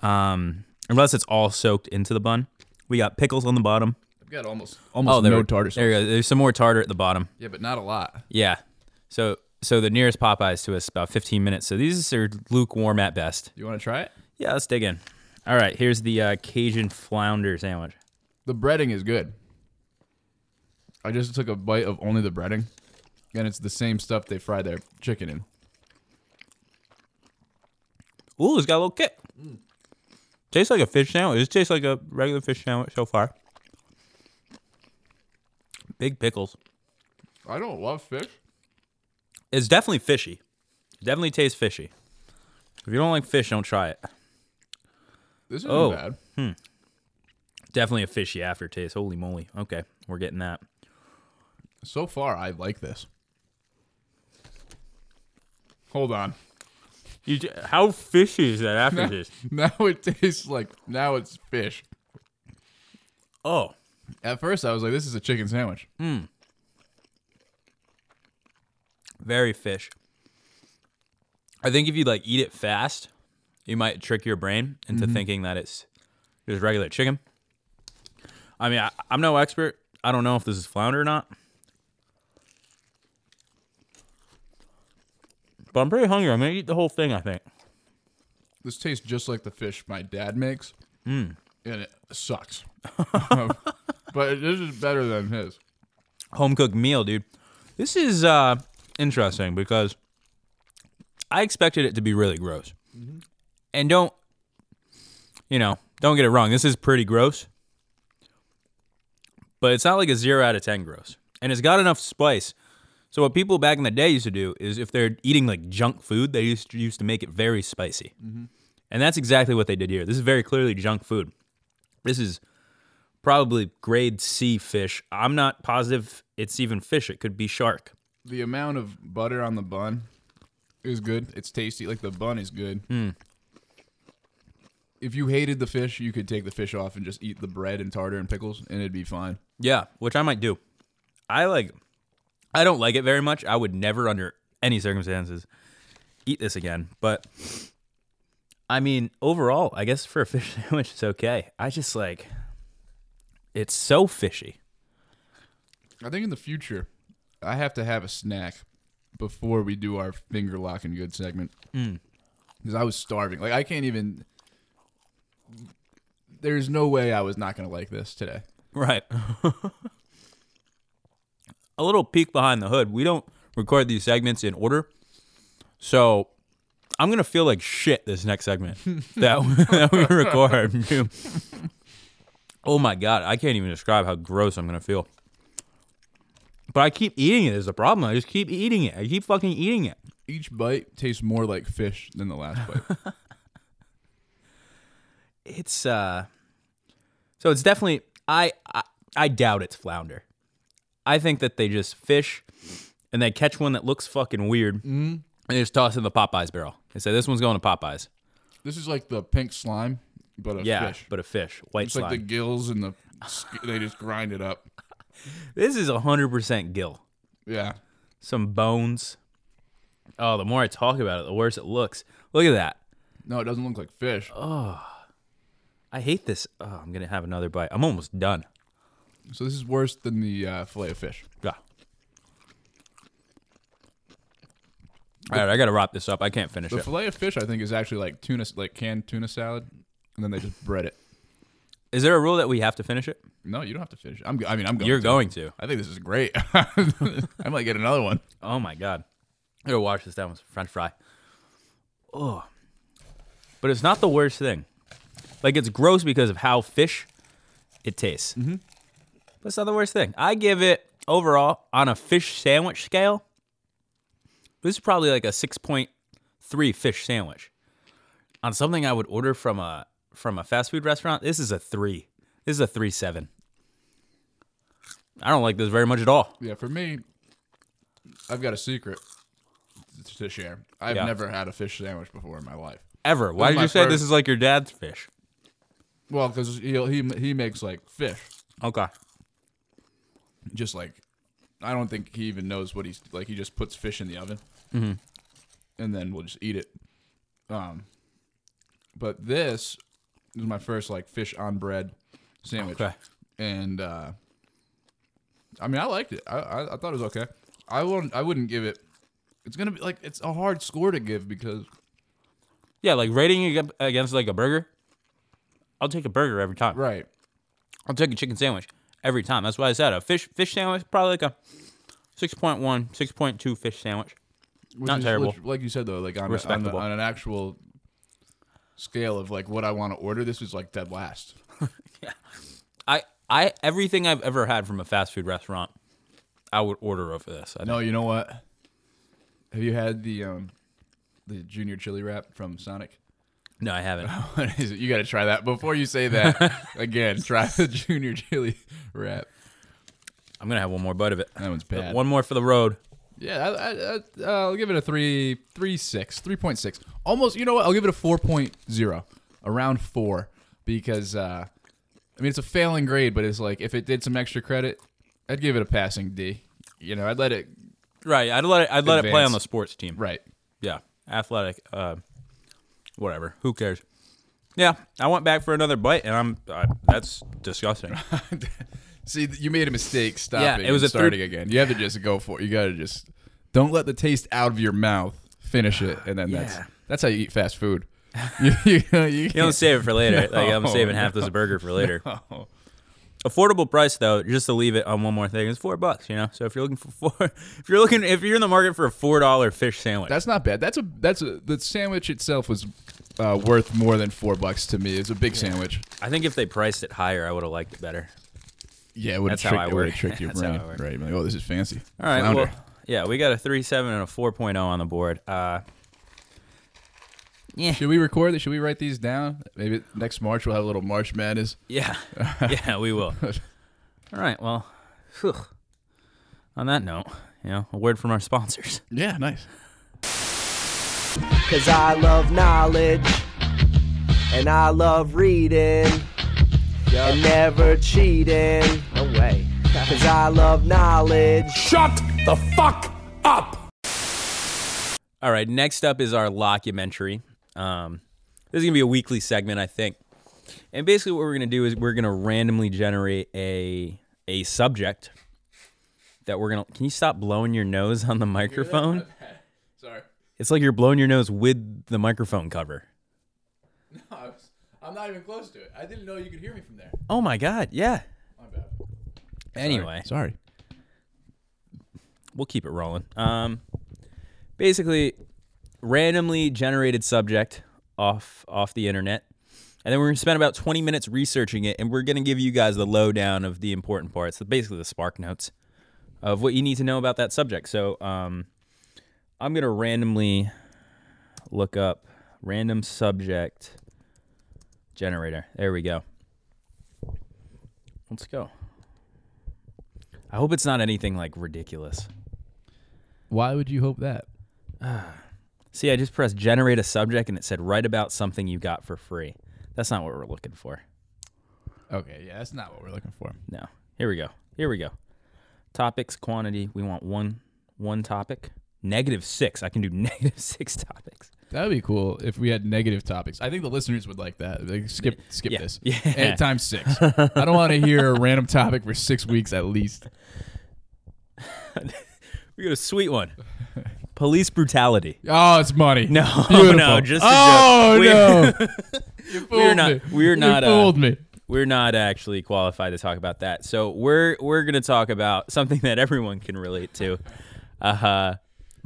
[SPEAKER 1] Um unless it's all soaked into the bun. We got pickles on the bottom.
[SPEAKER 2] I've got almost almost no tartar sauce.
[SPEAKER 1] Oh, There you go. There's some more tartar at the bottom.
[SPEAKER 2] Yeah, but not a lot.
[SPEAKER 1] Yeah. So so the nearest Popeyes to us is about 15 minutes. So these are lukewarm at best.
[SPEAKER 2] You want to try it?
[SPEAKER 1] Yeah, let's dig in. All right, here's the uh, Cajun flounder sandwich.
[SPEAKER 2] The breading is good. I just took a bite of only the breading, and it's the same stuff they fry their chicken in.
[SPEAKER 1] Ooh, it's got a little kick. Tastes like a fish sandwich. It tastes like a regular fish sandwich so far. Big pickles.
[SPEAKER 2] I don't love fish.
[SPEAKER 1] It's definitely fishy. Definitely tastes fishy. If you don't like fish, don't try it.
[SPEAKER 2] This isn't
[SPEAKER 1] Oh.
[SPEAKER 2] bad.
[SPEAKER 1] Definitely a fishy aftertaste. Holy moly. Okay, we're getting that.
[SPEAKER 2] So far, I like this. Hold on.
[SPEAKER 1] You, j- how fishy is that aftertaste?
[SPEAKER 2] Now it tastes like now it's fish.
[SPEAKER 1] oh,
[SPEAKER 2] At first, I was like, "This is a chicken sandwich."
[SPEAKER 1] very fish. I think if you like eat it fast, you might trick your brain into thinking that it's just regular chicken. I mean, I, I'm no expert. I don't know if this is flounder or not. But I'm pretty hungry. I'm gonna eat the whole thing. I think.
[SPEAKER 2] This tastes just like the fish my dad makes,
[SPEAKER 1] Hmm.
[SPEAKER 2] and it sucks. Um, but this is better than his.
[SPEAKER 1] home cooked meal, dude. This is uh, interesting because I expected it to be really gross, and don't you know? Don't get it wrong. This is pretty gross, but it's not like a zero out of ten gross, and it's got enough spice. So what people back in the day used to do is if they're eating like junk food, they used to, used to make it very spicy, and that's exactly what they did here. This is very clearly junk food. This is probably grade C fish. I'm not positive it's even fish. It could be shark.
[SPEAKER 2] The amount of butter on the bun is good. It's tasty. Like the bun is good. If you hated the fish, you could take the fish off and just eat the bread and tartar and pickles, and it'd be fine.
[SPEAKER 1] Yeah, which I might do. I like I don't like it very much. I would never under any circumstances eat this again, but I mean, overall, I guess for a fish sandwich it's okay. I just like it's so fishy.
[SPEAKER 2] I think in the future, I have to have a snack before we do our finger lock and good segment. Because I was starving. Like, I can't even. There's no way I was not going to like this today.
[SPEAKER 1] Right. a little peek behind the hood. We don't record these segments in order. So I'm going to feel like shit this next segment that, that we record. dude. oh my God. I can't even describe how gross I'm going to feel. But I keep eating it is the problem. I just keep eating it. I keep fucking eating it.
[SPEAKER 2] Each bite tastes more like fish than the last bite.
[SPEAKER 1] it's uh so it's definitely I, I i doubt it's flounder i think that they just fish and they catch one that looks fucking weird
[SPEAKER 2] Mm-hmm.
[SPEAKER 1] and they just toss it in the popeyes barrel they say this one's going to popeyes
[SPEAKER 2] this is like the pink slime, but a
[SPEAKER 1] yeah
[SPEAKER 2] fish.
[SPEAKER 1] but a fish white
[SPEAKER 2] it's
[SPEAKER 1] slime
[SPEAKER 2] like the gills and the. sk- they just grind it up.
[SPEAKER 1] this is 100% gill
[SPEAKER 2] Yeah.
[SPEAKER 1] some bones oh the more i talk about it the worse it looks look at that
[SPEAKER 2] No, it doesn't look like fish.
[SPEAKER 1] i hate this oh i'm gonna have another bite i'm almost done
[SPEAKER 2] So this is worse than the uh, fillet of fish.
[SPEAKER 1] yeah all right i gotta wrap this up i can't finish
[SPEAKER 2] The
[SPEAKER 1] it
[SPEAKER 2] fillet of fish, I think, is actually like tuna, like canned tuna salad, and then they just bread it.
[SPEAKER 1] Is there a rule that we have to finish it?
[SPEAKER 2] No, you don't have to finish. I'm. I mean, I'm going.
[SPEAKER 1] You're
[SPEAKER 2] to.
[SPEAKER 1] going to.
[SPEAKER 2] I think this is great. I might get another one.
[SPEAKER 1] Oh my god. I gotta wash this down with some French fry. Oh. But it's not the worst thing. Like it's gross because of how fish it tastes. Mm-hmm. But it's not the worst thing. I give it overall on a fish sandwich scale. This is probably like a six point three fish sandwich. on something I would order from a from a fast food restaurant, this is a three. This is a three seven. I don't like this very much at all.
[SPEAKER 2] Yeah, for me, I've got a secret t- to share. I've
[SPEAKER 1] Yeah.
[SPEAKER 2] never had a fish sandwich before in my life.
[SPEAKER 1] Ever. Why
[SPEAKER 2] is
[SPEAKER 1] did
[SPEAKER 2] my
[SPEAKER 1] you say this
[SPEAKER 2] first-
[SPEAKER 1] is like your dad's fish?
[SPEAKER 2] Well, because he he he makes like fish,
[SPEAKER 1] Okay.
[SPEAKER 2] just like I don't think he even knows what he's like. He just puts fish in the oven,
[SPEAKER 1] Mm-hmm.
[SPEAKER 2] and then we'll just eat it. Um, but this is my first like fish on bread sandwich,
[SPEAKER 1] Okay.
[SPEAKER 2] and uh, I mean I liked it. I, I I thought it was okay. I wouldn't I wouldn't give it. It's gonna be like it's a hard score to give because
[SPEAKER 1] Yeah, like rating ag- against like a burger. I'll take a burger every time.
[SPEAKER 2] right
[SPEAKER 1] I'll take a chicken sandwich every time. That's why I said a fish fish sandwich probably like a 6.1, 6.2 fish sandwich.
[SPEAKER 2] Which
[SPEAKER 1] Not
[SPEAKER 2] is-
[SPEAKER 1] terrible.
[SPEAKER 2] which, like you said though, like on, a, on, a,
[SPEAKER 1] Respectable.
[SPEAKER 2] on an actual scale of like what I want to order, this is like dead last.
[SPEAKER 1] I I everything I've ever had from a fast food restaurant, I would order over this. I
[SPEAKER 2] No, you know what? Have you had the um the junior chili wrap from Sonic?
[SPEAKER 1] No, I haven't.
[SPEAKER 2] What is it? You got to try that before you say that again. Try the junior chili wrap.
[SPEAKER 1] I'm gonna have one more bite of it.
[SPEAKER 2] That one's bad.
[SPEAKER 1] One more for the road.
[SPEAKER 2] Yeah, I, I, I, I'll give it a three, three six, three point six. Almost. You know what? I'll give it a four point zero, around four, because uh, I mean it's a failing grade, but it's like if it did some extra credit, I'd give it a passing D. You know, I'd let it.
[SPEAKER 1] Right. I'd let it. I'd let it play
[SPEAKER 2] Advance.
[SPEAKER 1] on the sports team.
[SPEAKER 2] Right.
[SPEAKER 1] Yeah. Athletic. Uh, whatever. Who cares? Yeah. I went back for another bite, and I'm. Uh, that's disgusting.
[SPEAKER 2] See, you made a mistake stopping.
[SPEAKER 1] it was
[SPEAKER 2] and
[SPEAKER 1] a thir-
[SPEAKER 2] starting again. You have to just go for it. You got to just don't let the taste out of your mouth. Finish it, and then that's that's how you eat fast food. you, you, know, you
[SPEAKER 1] You don't save it for later. like I'm
[SPEAKER 2] No,
[SPEAKER 1] saving half this burger for later. Affordable price though, just to leave it on one more thing, is four bucks. You know, so if you're looking for four, if you're looking, if you're in the market for a four dollar fish sandwich,
[SPEAKER 2] That's not bad. That's a that's a the sandwich itself was uh, worth more than four bucks to me. It's a big sandwich.
[SPEAKER 1] I think if they priced it higher, I would have liked it better.
[SPEAKER 2] Yeah, it would
[SPEAKER 1] That's how I
[SPEAKER 2] trick, it would've
[SPEAKER 1] work.
[SPEAKER 2] tricked your
[SPEAKER 1] That's how
[SPEAKER 2] brain.
[SPEAKER 1] I work.
[SPEAKER 2] Right? Like, oh, this is fancy.
[SPEAKER 1] All right,
[SPEAKER 2] Flounder.
[SPEAKER 1] well, yeah, we got a three seven and a 4.0 on the board. Uh,
[SPEAKER 2] should we record this? Should we write these down? Maybe next March we'll have a little March Madness.
[SPEAKER 1] yeah, yeah, we will. All right, well, phew. on that note, you know, a word from our sponsors.
[SPEAKER 2] Yeah, nice.
[SPEAKER 7] Cause I love knowledge and I love reading and never cheating. No way. Cause I love knowledge.
[SPEAKER 1] All right, next up is our lockumentary. Um, this is gonna be a weekly segment, I think. And basically, what we're gonna do is we're gonna randomly generate a a subject that we're gonna. Can you stop blowing your nose on the microphone?
[SPEAKER 2] Sorry,
[SPEAKER 1] It's like you're blowing your nose with the microphone cover.
[SPEAKER 2] no, I was, I'm not even close to it. I didn't know you could hear me from there.
[SPEAKER 1] Oh my god, yeah.
[SPEAKER 2] My bad.
[SPEAKER 1] Anyway,
[SPEAKER 2] Sorry.
[SPEAKER 1] we'll keep it rolling. Um, basically, randomly generated subject off off the internet, and then we're gonna spend about twenty minutes researching it, and we're gonna give you guys the lowdown of the important parts, the- basically the spark notes of what you need to know about that subject. So, um, I'm gonna randomly look up random subject generator. There we go. Let's go. I hope it's not anything like ridiculous.
[SPEAKER 2] Why would you hope that?
[SPEAKER 1] See, I just pressed generate a subject and it said write about something you got for free. That's not what we're looking for.
[SPEAKER 2] Okay, yeah, that's not what we're looking for.
[SPEAKER 1] No. Here we go. Here we go. Topics, quantity. We want one one topic. Negative six. I can do negative six topics.
[SPEAKER 2] That would be cool if we had negative topics. I think the listeners would like that. Like skip skip
[SPEAKER 1] Yeah.
[SPEAKER 2] this.
[SPEAKER 1] Yeah.
[SPEAKER 2] At times six. I don't want to hear a random topic for six weeks at least.
[SPEAKER 1] We got a sweet one. Police brutality.
[SPEAKER 2] Oh, it's money.
[SPEAKER 1] No,
[SPEAKER 2] Beautiful.
[SPEAKER 1] no, just a
[SPEAKER 2] oh
[SPEAKER 1] joke. We-
[SPEAKER 2] no. you fooled
[SPEAKER 1] We're not-
[SPEAKER 2] me.
[SPEAKER 1] we're
[SPEAKER 2] You
[SPEAKER 1] not, uh,
[SPEAKER 2] fooled me.
[SPEAKER 1] We're not actually qualified to talk about that. So we're we're gonna talk about something that everyone can relate to. Uh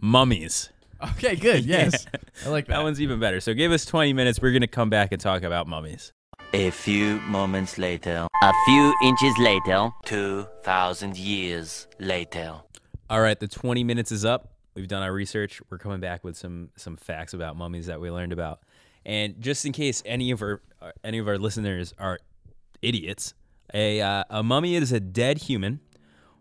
[SPEAKER 1] mummies.
[SPEAKER 2] Okay, good. Yes, I like that.
[SPEAKER 1] That one's even better. So give us twenty minutes. We're gonna come back and talk about mummies.
[SPEAKER 8] A few moments later, a few inches later, 2,000 years later.
[SPEAKER 1] All right, the 20 minutes is up. We've done our research. We're coming back with some some facts about mummies that we learned about. And just in case any of our uh, any of our listeners are idiots, a uh, a mummy is a dead human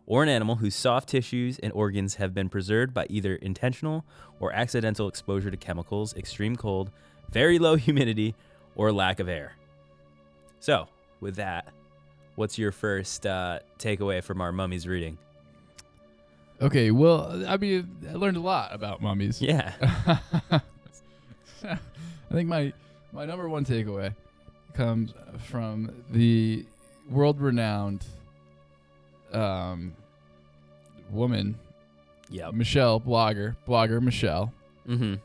[SPEAKER 1] or an animal whose soft tissues and organs have been preserved by either intentional or accidental exposure to chemicals, extreme cold, very low humidity, or lack of air. So, with that, what's your first uh, takeaway from our mummies reading?
[SPEAKER 2] Okay, well, I mean, I learned a lot about mummies.
[SPEAKER 1] Yeah.
[SPEAKER 2] I think my my number one takeaway comes from the world renowned um, woman
[SPEAKER 1] yep.
[SPEAKER 2] Michelle blogger blogger Michelle
[SPEAKER 1] Mm-hmm.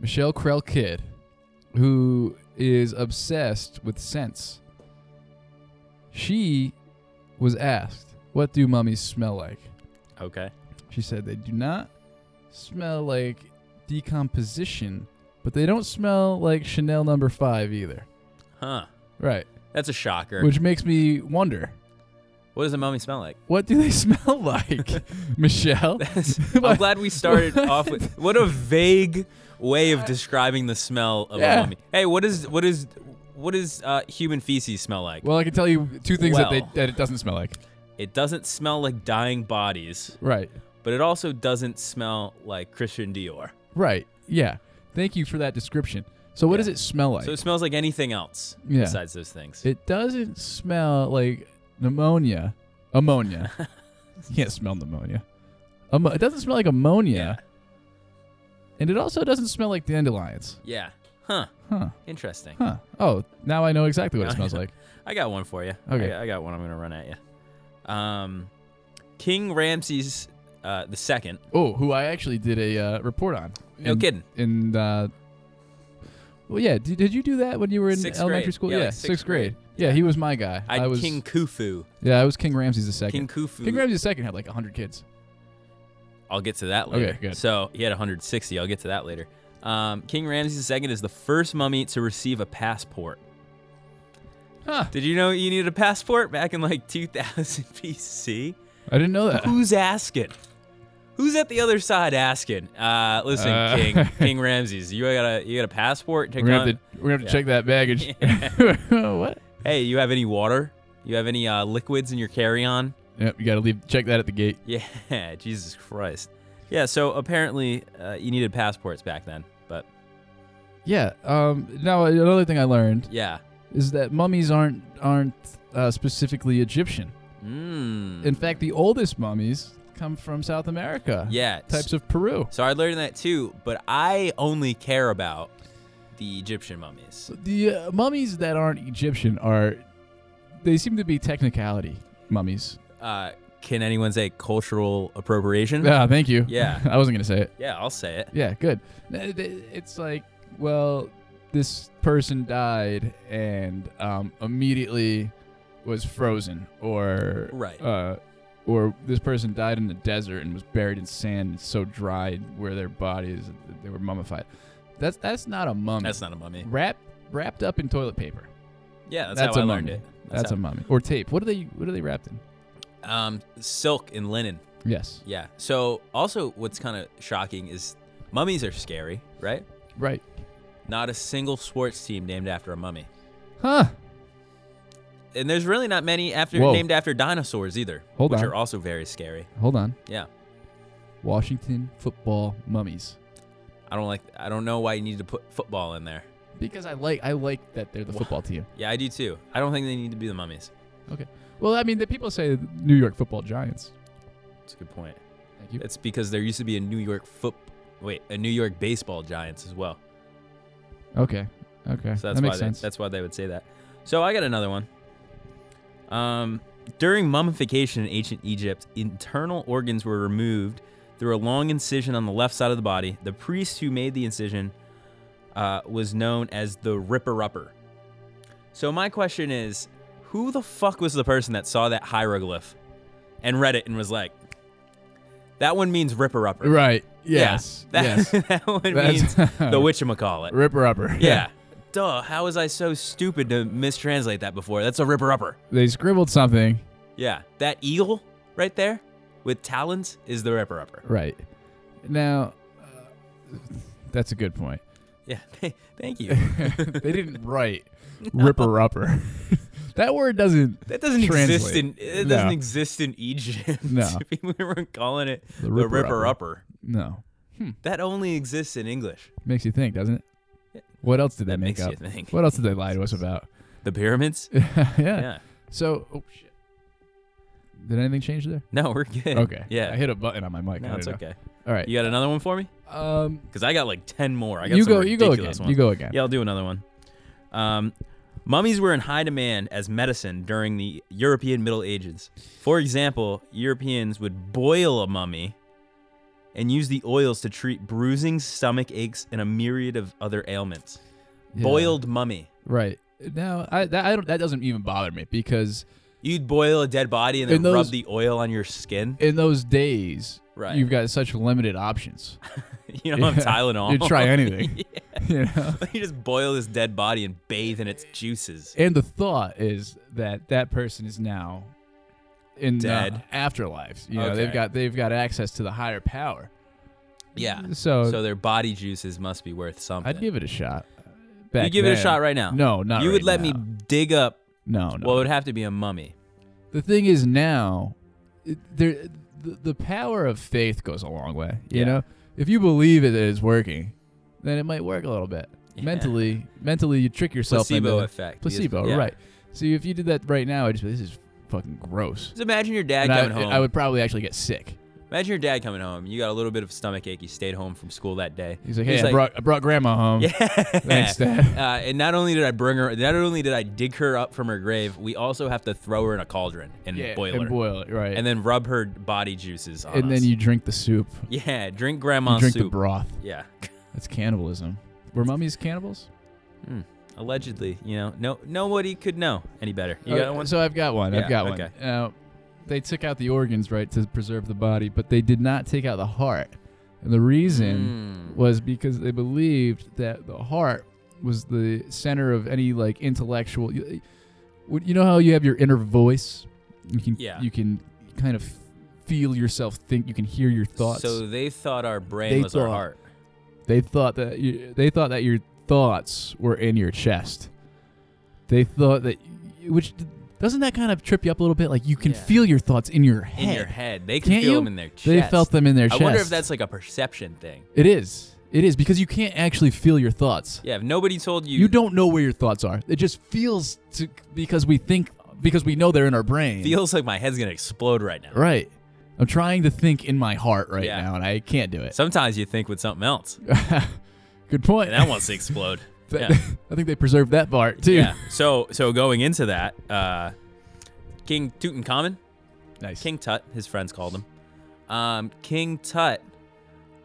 [SPEAKER 2] Michelle Krell Kid, who is obsessed with scents. She was asked, "What do mummies smell like?"
[SPEAKER 1] Okay.
[SPEAKER 2] She said they do not smell like decomposition, but they don't smell like Chanel number five either.
[SPEAKER 1] Huh.
[SPEAKER 2] Right.
[SPEAKER 1] That's a shocker.
[SPEAKER 2] Which makes me wonder,
[SPEAKER 1] what does a mummy smell like?
[SPEAKER 2] what do they smell like, Michelle?
[SPEAKER 1] I'm glad we started off with what a vague way of describing the smell of
[SPEAKER 2] Yeah.
[SPEAKER 1] a mummy. Hey, what is what is what does uh, human feces smell like?
[SPEAKER 2] Well, I can tell you two things that
[SPEAKER 1] Well.
[SPEAKER 2] they that it doesn't smell like.
[SPEAKER 1] it doesn't smell like dying bodies,
[SPEAKER 2] Right.
[SPEAKER 1] but it also doesn't smell like Christian Dior.
[SPEAKER 2] Right. Yeah. Thank you for that description. So, what does it smell like?
[SPEAKER 1] So it smells like anything else
[SPEAKER 2] Yeah.
[SPEAKER 1] besides those things.
[SPEAKER 2] It doesn't smell like pneumonia. Ammonia. you can't smell pneumonia. Ammo- it doesn't smell like ammonia. And it also doesn't smell like dandelions.
[SPEAKER 1] yeah. Huh.
[SPEAKER 2] Huh.
[SPEAKER 1] Interesting.
[SPEAKER 2] Huh. Oh, now I know exactly what it smells like.
[SPEAKER 1] I got one for you. I
[SPEAKER 2] Okay.
[SPEAKER 1] got, I got one I'm going to run at you. Um, King Ramses uh, the second.
[SPEAKER 2] Oh, who I actually did a uh, report on.
[SPEAKER 1] No kidding.
[SPEAKER 2] In uh, well, yeah. Did, did you do that when you were in
[SPEAKER 1] Sixth
[SPEAKER 2] elementary
[SPEAKER 1] grade.
[SPEAKER 2] school?
[SPEAKER 1] Yeah, like sixth
[SPEAKER 2] sixth, grade.
[SPEAKER 1] grade.
[SPEAKER 2] Yeah. he was my guy.
[SPEAKER 1] I,
[SPEAKER 2] I was
[SPEAKER 1] King Khufu.
[SPEAKER 2] Yeah, I was King Ramses the second.
[SPEAKER 1] King Khufu.
[SPEAKER 2] King Ramses the second had like hundred kids.
[SPEAKER 1] I'll get to that
[SPEAKER 2] Okay,
[SPEAKER 1] later.
[SPEAKER 2] good.
[SPEAKER 1] So he had 160. I'll get to that later. Um, King Ramses II is the first mummy to receive a passport.
[SPEAKER 2] Huh.
[SPEAKER 1] Did you know you needed a passport back in like 2000 BC?
[SPEAKER 2] I didn't know that.
[SPEAKER 1] Who's asking? Who's at the other side asking? Uh, listen,
[SPEAKER 2] Uh,
[SPEAKER 1] King King Ramses, you got a you got a passport? to
[SPEAKER 2] We're gonna
[SPEAKER 1] come-
[SPEAKER 2] have to, we're gonna have to check that baggage. Oh, what?
[SPEAKER 1] Hey, you have any water? You have any uh, liquids in your carry-on?
[SPEAKER 2] Yep, you gotta leave. Check that at the gate.
[SPEAKER 1] Yeah, Jesus Christ. Yeah, so apparently uh, you needed passports back then, but
[SPEAKER 2] Yeah. Um. Now another thing I learned
[SPEAKER 1] yeah.
[SPEAKER 2] is that mummies aren't aren't uh, specifically Egyptian.
[SPEAKER 1] Mm.
[SPEAKER 2] In fact, the oldest mummies come from South America.
[SPEAKER 1] Yeah.
[SPEAKER 2] Types of Peru.
[SPEAKER 1] So I learned that too, but I only care about the Egyptian mummies.
[SPEAKER 2] The uh, mummies that aren't Egyptian are, they seem to be technicality mummies.
[SPEAKER 1] Uh, can anyone say cultural appropriation?
[SPEAKER 2] Ah, thank you.
[SPEAKER 1] Mm-hmm. Yeah.
[SPEAKER 2] I wasn't gonna say it.
[SPEAKER 1] Yeah, I'll say it.
[SPEAKER 2] Yeah, good. Th- th- It's like, well, this person died and um, immediately was frozen, or
[SPEAKER 1] Right.
[SPEAKER 2] uh, or this person died in the desert and was buried in sand, it's so dried where their bodies they were mummified. That's that's not a mummy.
[SPEAKER 1] That's not a mummy.
[SPEAKER 2] wrapped wrapped up in toilet paper.
[SPEAKER 1] Yeah, that's,
[SPEAKER 2] That's
[SPEAKER 1] how
[SPEAKER 2] a
[SPEAKER 1] I learned
[SPEAKER 2] mummy.
[SPEAKER 1] it.
[SPEAKER 2] That's, a
[SPEAKER 1] how-
[SPEAKER 2] mummy or tape. What are they? What are they wrapped in?
[SPEAKER 1] um, silk and linen.
[SPEAKER 2] Yes,
[SPEAKER 1] Yeah. So also, what's kind of shocking is mummies are scary, right?
[SPEAKER 2] right.
[SPEAKER 1] Not a single sports team named after a mummy,
[SPEAKER 2] Huh?
[SPEAKER 1] and there's really not many after
[SPEAKER 2] Whoa.
[SPEAKER 1] named after dinosaurs either,
[SPEAKER 2] Hold
[SPEAKER 1] which
[SPEAKER 2] on.
[SPEAKER 1] are also very scary.
[SPEAKER 2] Hold on.
[SPEAKER 1] Yeah.
[SPEAKER 2] Washington football mummies.
[SPEAKER 1] I don't like. I don't know why you need to put football in there.
[SPEAKER 2] Because I like I like that they're the football team.
[SPEAKER 1] Yeah, I do too. I don't think they need to be the mummies.
[SPEAKER 2] Okay. Well, I mean, the people say New York Football Giants.
[SPEAKER 1] That's a good point.
[SPEAKER 2] Thank you.
[SPEAKER 1] It's because there used to be a New York foot, wait, a New York baseball Giants as well.
[SPEAKER 2] Okay. Okay.
[SPEAKER 1] So that's
[SPEAKER 2] that
[SPEAKER 1] why
[SPEAKER 2] makes
[SPEAKER 1] they,
[SPEAKER 2] sense.
[SPEAKER 1] that's why they would say that. So I got another one. Um, during mummification in ancient Egypt, internal organs were removed through a long incision on the left side of the body. The priest who made the incision uh, was known as the Ripper Upper. So my question is, who the fuck was the person that saw that hieroglyph and read it and was like, "That one means Ripper Upper."
[SPEAKER 2] right.
[SPEAKER 1] Yeah,
[SPEAKER 2] Yes.
[SPEAKER 1] that,
[SPEAKER 2] yes.
[SPEAKER 1] that one means
[SPEAKER 2] That's-
[SPEAKER 1] the witchamacallit.
[SPEAKER 2] Ripper upper.
[SPEAKER 1] Yeah. Duh, how was I so stupid to mistranslate that before? That's a ripper upper.
[SPEAKER 2] They scribbled something.
[SPEAKER 1] Yeah. That eagle right there with talons is the ripper upper.
[SPEAKER 2] Right. Now, uh, that's a good point.
[SPEAKER 1] Yeah. Thank you.
[SPEAKER 2] they didn't write ripper upper. that word doesn't
[SPEAKER 1] That doesn't
[SPEAKER 2] translate.
[SPEAKER 1] exist in it doesn't
[SPEAKER 2] No.
[SPEAKER 1] exist in Egypt.
[SPEAKER 2] No.
[SPEAKER 1] People weren't calling it the
[SPEAKER 2] Ripper
[SPEAKER 1] ripper, upper.
[SPEAKER 2] No.
[SPEAKER 1] That only exists in English.
[SPEAKER 2] Makes you think, doesn't it? What else did they
[SPEAKER 1] That
[SPEAKER 2] make
[SPEAKER 1] makes
[SPEAKER 2] up?
[SPEAKER 1] you think.
[SPEAKER 2] What else did they lie to us about?
[SPEAKER 1] The pyramids?
[SPEAKER 2] yeah.
[SPEAKER 1] yeah.
[SPEAKER 2] So, oh shit. Did anything change there?
[SPEAKER 1] No, we're good.
[SPEAKER 2] Okay.
[SPEAKER 1] Yeah.
[SPEAKER 2] I hit a button on my mic. I
[SPEAKER 1] no, it's
[SPEAKER 2] don't know.
[SPEAKER 1] okay.
[SPEAKER 2] All right.
[SPEAKER 1] You got another one for me?
[SPEAKER 2] Um,
[SPEAKER 1] Because I got like ten more. I got
[SPEAKER 2] you
[SPEAKER 1] some
[SPEAKER 2] go. You go again.
[SPEAKER 1] ridiculous
[SPEAKER 2] You
[SPEAKER 1] ones.
[SPEAKER 2] go again.
[SPEAKER 1] Yeah, I'll do another one. Um, mummies were in high demand as medicine during the European Middle Ages. For example, Europeans would boil a mummy and use the oils to treat bruising, stomach aches, and a myriad of other ailments.
[SPEAKER 2] Yeah.
[SPEAKER 1] Boiled mummy.
[SPEAKER 2] Right. No, I that I don't. That doesn't even bother me because
[SPEAKER 1] You'd boil a dead body and then
[SPEAKER 2] And those-
[SPEAKER 1] rub the oil on your skin.
[SPEAKER 2] in those days,
[SPEAKER 1] Right.
[SPEAKER 2] you've got such limited options.
[SPEAKER 1] You know, I'm
[SPEAKER 2] Yeah.
[SPEAKER 1] Tylenol.
[SPEAKER 2] You'd try anything. You know.
[SPEAKER 1] you just boil this dead body and bathe in its juices.
[SPEAKER 2] And the thought is that that person is now in
[SPEAKER 1] Dead.
[SPEAKER 2] the afterlife. You know, they've
[SPEAKER 1] Okay.
[SPEAKER 2] got they've got access to the higher power.
[SPEAKER 1] Yeah.
[SPEAKER 2] So-
[SPEAKER 1] so their body juices must be worth something.
[SPEAKER 2] Uh, I'd give it a shot. Back
[SPEAKER 1] you give it a
[SPEAKER 2] then.
[SPEAKER 1] shot right now.
[SPEAKER 2] No, not
[SPEAKER 1] You would let
[SPEAKER 2] right now.
[SPEAKER 1] me dig up.
[SPEAKER 2] No, no.
[SPEAKER 1] Well, it would have to be a mummy.
[SPEAKER 2] the thing is now, it, there the, the power of faith goes a long way. You
[SPEAKER 1] Yeah.
[SPEAKER 2] know, if you believe it is working, then it might work a little bit mentally. Mentally, you trick yourself.
[SPEAKER 1] Placebo
[SPEAKER 2] into,
[SPEAKER 1] effect.
[SPEAKER 2] Placebo,
[SPEAKER 1] Yeah.
[SPEAKER 2] right? So if you did that right now, I just this is fucking gross.
[SPEAKER 1] Just imagine your dad
[SPEAKER 2] And I,
[SPEAKER 1] coming home.
[SPEAKER 2] I would probably actually get sick.
[SPEAKER 1] Imagine your dad coming home. You got a little bit of stomach ache. You stayed home from school that day.
[SPEAKER 2] He's like, hey, I brought I brought grandma home.
[SPEAKER 1] Yeah.
[SPEAKER 2] Thanks, Dad.
[SPEAKER 1] Uh, and not only did I bring her, not only did I dig her up from her grave, we also have to throw her in a cauldron and
[SPEAKER 2] Yeah,
[SPEAKER 1] boil her,
[SPEAKER 2] and boil it, right?
[SPEAKER 1] and then rub her body juices on
[SPEAKER 2] and
[SPEAKER 1] us.
[SPEAKER 2] then you drink the soup.
[SPEAKER 1] yeah, drink
[SPEAKER 2] You
[SPEAKER 1] grandma's
[SPEAKER 2] drink
[SPEAKER 1] soup.
[SPEAKER 2] the broth.
[SPEAKER 1] yeah,
[SPEAKER 2] That's cannibalism. Were mummies cannibals?
[SPEAKER 1] allegedly, you know, no, nobody could know any better. You
[SPEAKER 2] Oh,
[SPEAKER 1] got one?
[SPEAKER 2] So I've got one. I've
[SPEAKER 1] Yeah,
[SPEAKER 2] got
[SPEAKER 1] okay.
[SPEAKER 2] one. Now, they took out the organs, right, to preserve the body, but they did not take out the heart. And the
[SPEAKER 1] Hmm.
[SPEAKER 2] reason was because they believed that the heart was the center of any like intellectual. You, would- you know how you have your inner voice. You can
[SPEAKER 1] Yeah.
[SPEAKER 2] you can kind of feel yourself think. You can hear your thoughts.
[SPEAKER 1] So they thought our brain
[SPEAKER 2] They
[SPEAKER 1] was our
[SPEAKER 2] thought-
[SPEAKER 1] heart.
[SPEAKER 2] They thought that you, they thought that your thoughts were in your chest. They thought that, which doesn't that kind of trip you up a little bit? Like you can
[SPEAKER 1] Yeah.
[SPEAKER 2] feel your thoughts in your head.
[SPEAKER 1] in your head. They can
[SPEAKER 2] Can't
[SPEAKER 1] feel
[SPEAKER 2] you?
[SPEAKER 1] them in their chest.
[SPEAKER 2] They felt them in their
[SPEAKER 1] I
[SPEAKER 2] chest.
[SPEAKER 1] wonder if that's like a perception thing.
[SPEAKER 2] It is. It is because you can't actually feel your thoughts.
[SPEAKER 1] Yeah, if nobody told you,
[SPEAKER 2] You don't know where your thoughts are. It just feels to because we think because we know they're in our brain.
[SPEAKER 1] feels like my head's gonna explode right now.
[SPEAKER 2] right. I'm trying to think in my heart right
[SPEAKER 1] Yeah.
[SPEAKER 2] now, and I can't do it.
[SPEAKER 1] Sometimes you think with something else,
[SPEAKER 2] Good point.
[SPEAKER 1] and that wants to explode.
[SPEAKER 2] Th-
[SPEAKER 1] yeah.
[SPEAKER 2] I think they preserved that part too.
[SPEAKER 1] yeah. So so going into that, uh, King Tutankhamun,
[SPEAKER 2] Nice.
[SPEAKER 1] King Tut, his friends called him. Um, King Tut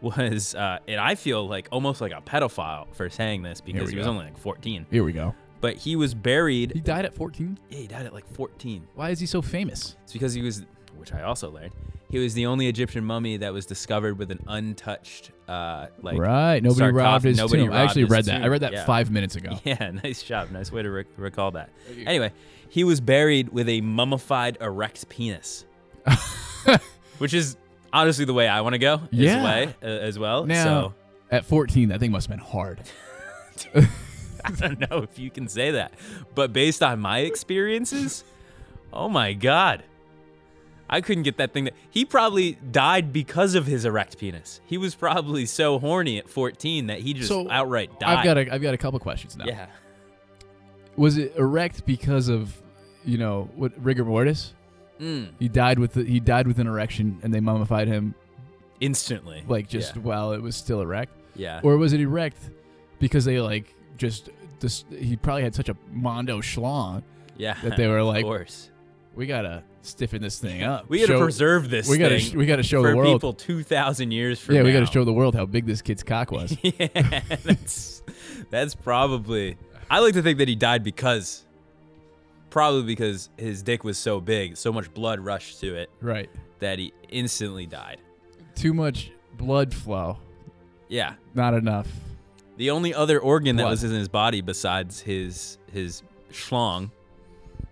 [SPEAKER 1] was, uh, and I feel like almost like a pedophile for saying this because
[SPEAKER 2] we
[SPEAKER 1] he was
[SPEAKER 2] go.
[SPEAKER 1] only like 14,
[SPEAKER 2] Here we go.
[SPEAKER 1] but he was buried.
[SPEAKER 2] He died at 14.
[SPEAKER 1] Yeah, he died at like 14.
[SPEAKER 2] Why is he so famous?
[SPEAKER 1] It's because he was, which I also learned, he was the only Egyptian mummy that was discovered with an untouched, uh, like
[SPEAKER 2] right. Nobody
[SPEAKER 1] sarcoph-
[SPEAKER 2] robbed his
[SPEAKER 1] nobody
[SPEAKER 2] tomb. I
[SPEAKER 1] robbed
[SPEAKER 2] actually
[SPEAKER 1] his
[SPEAKER 2] read that. I
[SPEAKER 1] tomb.
[SPEAKER 2] read that
[SPEAKER 1] Yeah.
[SPEAKER 2] five minutes ago.
[SPEAKER 1] Yeah, nice job. Nice way to rec recall that. Anyway, he was buried with a mummified erect penis, which is honestly the way I want to go. As
[SPEAKER 2] Yeah.
[SPEAKER 1] way, uh, as well.
[SPEAKER 2] Now, at 14, that thing must have been hard.
[SPEAKER 1] so I don't know if you can say that, but based on my experiences, oh my god. I couldn't get that thing. That he probably died because of his erect penis. He was probably so horny at 14 that he just
[SPEAKER 2] So,
[SPEAKER 1] outright died.
[SPEAKER 2] I've got a, I've got a couple questions now.
[SPEAKER 1] yeah.
[SPEAKER 2] Was it erect because of, you know, what rigor mortis?
[SPEAKER 1] Mm.
[SPEAKER 2] He died with the, he died with an erection, and they mummified him
[SPEAKER 1] Instantly.
[SPEAKER 2] like just
[SPEAKER 1] yeah. Uh.
[SPEAKER 2] while it was still erect,
[SPEAKER 1] yeah.
[SPEAKER 2] or was it erect because they like just this, he probably had such a mondo schlong.
[SPEAKER 1] yeah.
[SPEAKER 2] that they were like,
[SPEAKER 1] of course.
[SPEAKER 2] We gotta stiffen this thing up.
[SPEAKER 1] We got to
[SPEAKER 2] Show-
[SPEAKER 1] preserve this.
[SPEAKER 2] We gotta
[SPEAKER 1] thing
[SPEAKER 2] sh- we gotta show
[SPEAKER 1] for
[SPEAKER 2] the world.
[SPEAKER 1] people two thousand years from
[SPEAKER 2] yeah, we
[SPEAKER 1] got
[SPEAKER 2] gotta show the world how big this kid's cock was.
[SPEAKER 1] yeah, that's that's probably. I like to think that he died because, probably because his dick was so big, so much blood rushed to it
[SPEAKER 2] right.
[SPEAKER 1] that he instantly died.
[SPEAKER 2] Too much blood flow.
[SPEAKER 1] Yeah,
[SPEAKER 2] Not enough.
[SPEAKER 1] the only other organ that
[SPEAKER 2] Blood.
[SPEAKER 1] was in his body besides his his schlong,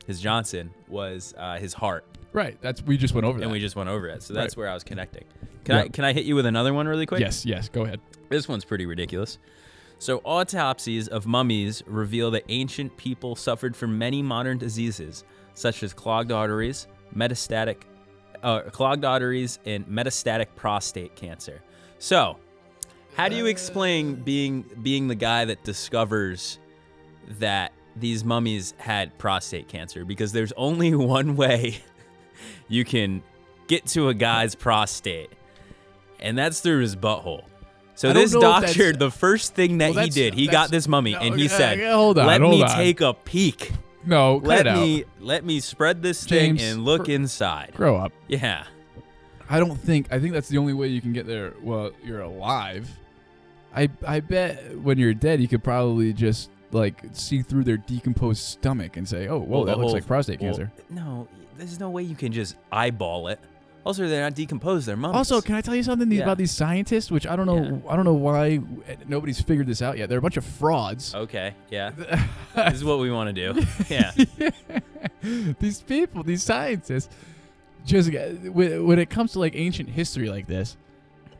[SPEAKER 1] his Johnson, was uh, his heart,
[SPEAKER 2] Right. That's we just went over that.
[SPEAKER 1] and we just went over it. So that's
[SPEAKER 2] Right.
[SPEAKER 1] where I was connecting. Can I
[SPEAKER 2] Yeah.
[SPEAKER 1] can I hit you with another one really quick?
[SPEAKER 2] yes. Yes. Go ahead.
[SPEAKER 1] This one's pretty ridiculous. So, autopsies of mummies reveal that ancient people suffered from many modern diseases, such as clogged arteries, metastatic, uh, clogged arteries, and metastatic prostate cancer. So, how do you explain being being the guy that discovers that these mummies had prostate cancer? Because there's only one way you can get to a guy's prostate, and that's through his butthole. So
[SPEAKER 2] I don't
[SPEAKER 1] this
[SPEAKER 2] know if that's-
[SPEAKER 1] doctor, the first thing that
[SPEAKER 2] Well,
[SPEAKER 1] he
[SPEAKER 2] that's-
[SPEAKER 1] did, he
[SPEAKER 2] that's-
[SPEAKER 1] got this mummy
[SPEAKER 2] no,
[SPEAKER 1] and he
[SPEAKER 2] okay,
[SPEAKER 1] said,
[SPEAKER 2] okay, hold on,
[SPEAKER 1] "Let
[SPEAKER 2] hold
[SPEAKER 1] me
[SPEAKER 2] on.
[SPEAKER 1] take a peek.
[SPEAKER 2] No,
[SPEAKER 1] Let
[SPEAKER 2] cut it
[SPEAKER 1] me
[SPEAKER 2] out.
[SPEAKER 1] let me spread this
[SPEAKER 2] James,
[SPEAKER 1] thing and look
[SPEAKER 2] for-
[SPEAKER 1] inside."
[SPEAKER 2] Grow up.
[SPEAKER 1] Yeah.
[SPEAKER 2] I don't think. I think that's the only way you can get there. Well, you're alive. I I bet when you're dead, you could probably just like see through their decomposed stomach and say, "Oh, whoa,
[SPEAKER 1] Well,
[SPEAKER 2] that
[SPEAKER 1] the
[SPEAKER 2] looks
[SPEAKER 1] whole-
[SPEAKER 2] like prostate
[SPEAKER 1] well,
[SPEAKER 2] cancer."
[SPEAKER 1] No, there's no way you can just eyeball it. Also, they're not decomposed. They're mummies.
[SPEAKER 2] Also, can I tell you something these,
[SPEAKER 1] Yeah.
[SPEAKER 2] about these scientists? Which I don't know. I don't know why eh, nobody's figured this out yet. They're a bunch of frauds.
[SPEAKER 1] okay, yeah, this is what we want to do. Yeah,
[SPEAKER 2] these people, these scientists, just uh, when, when it comes to like ancient history like this,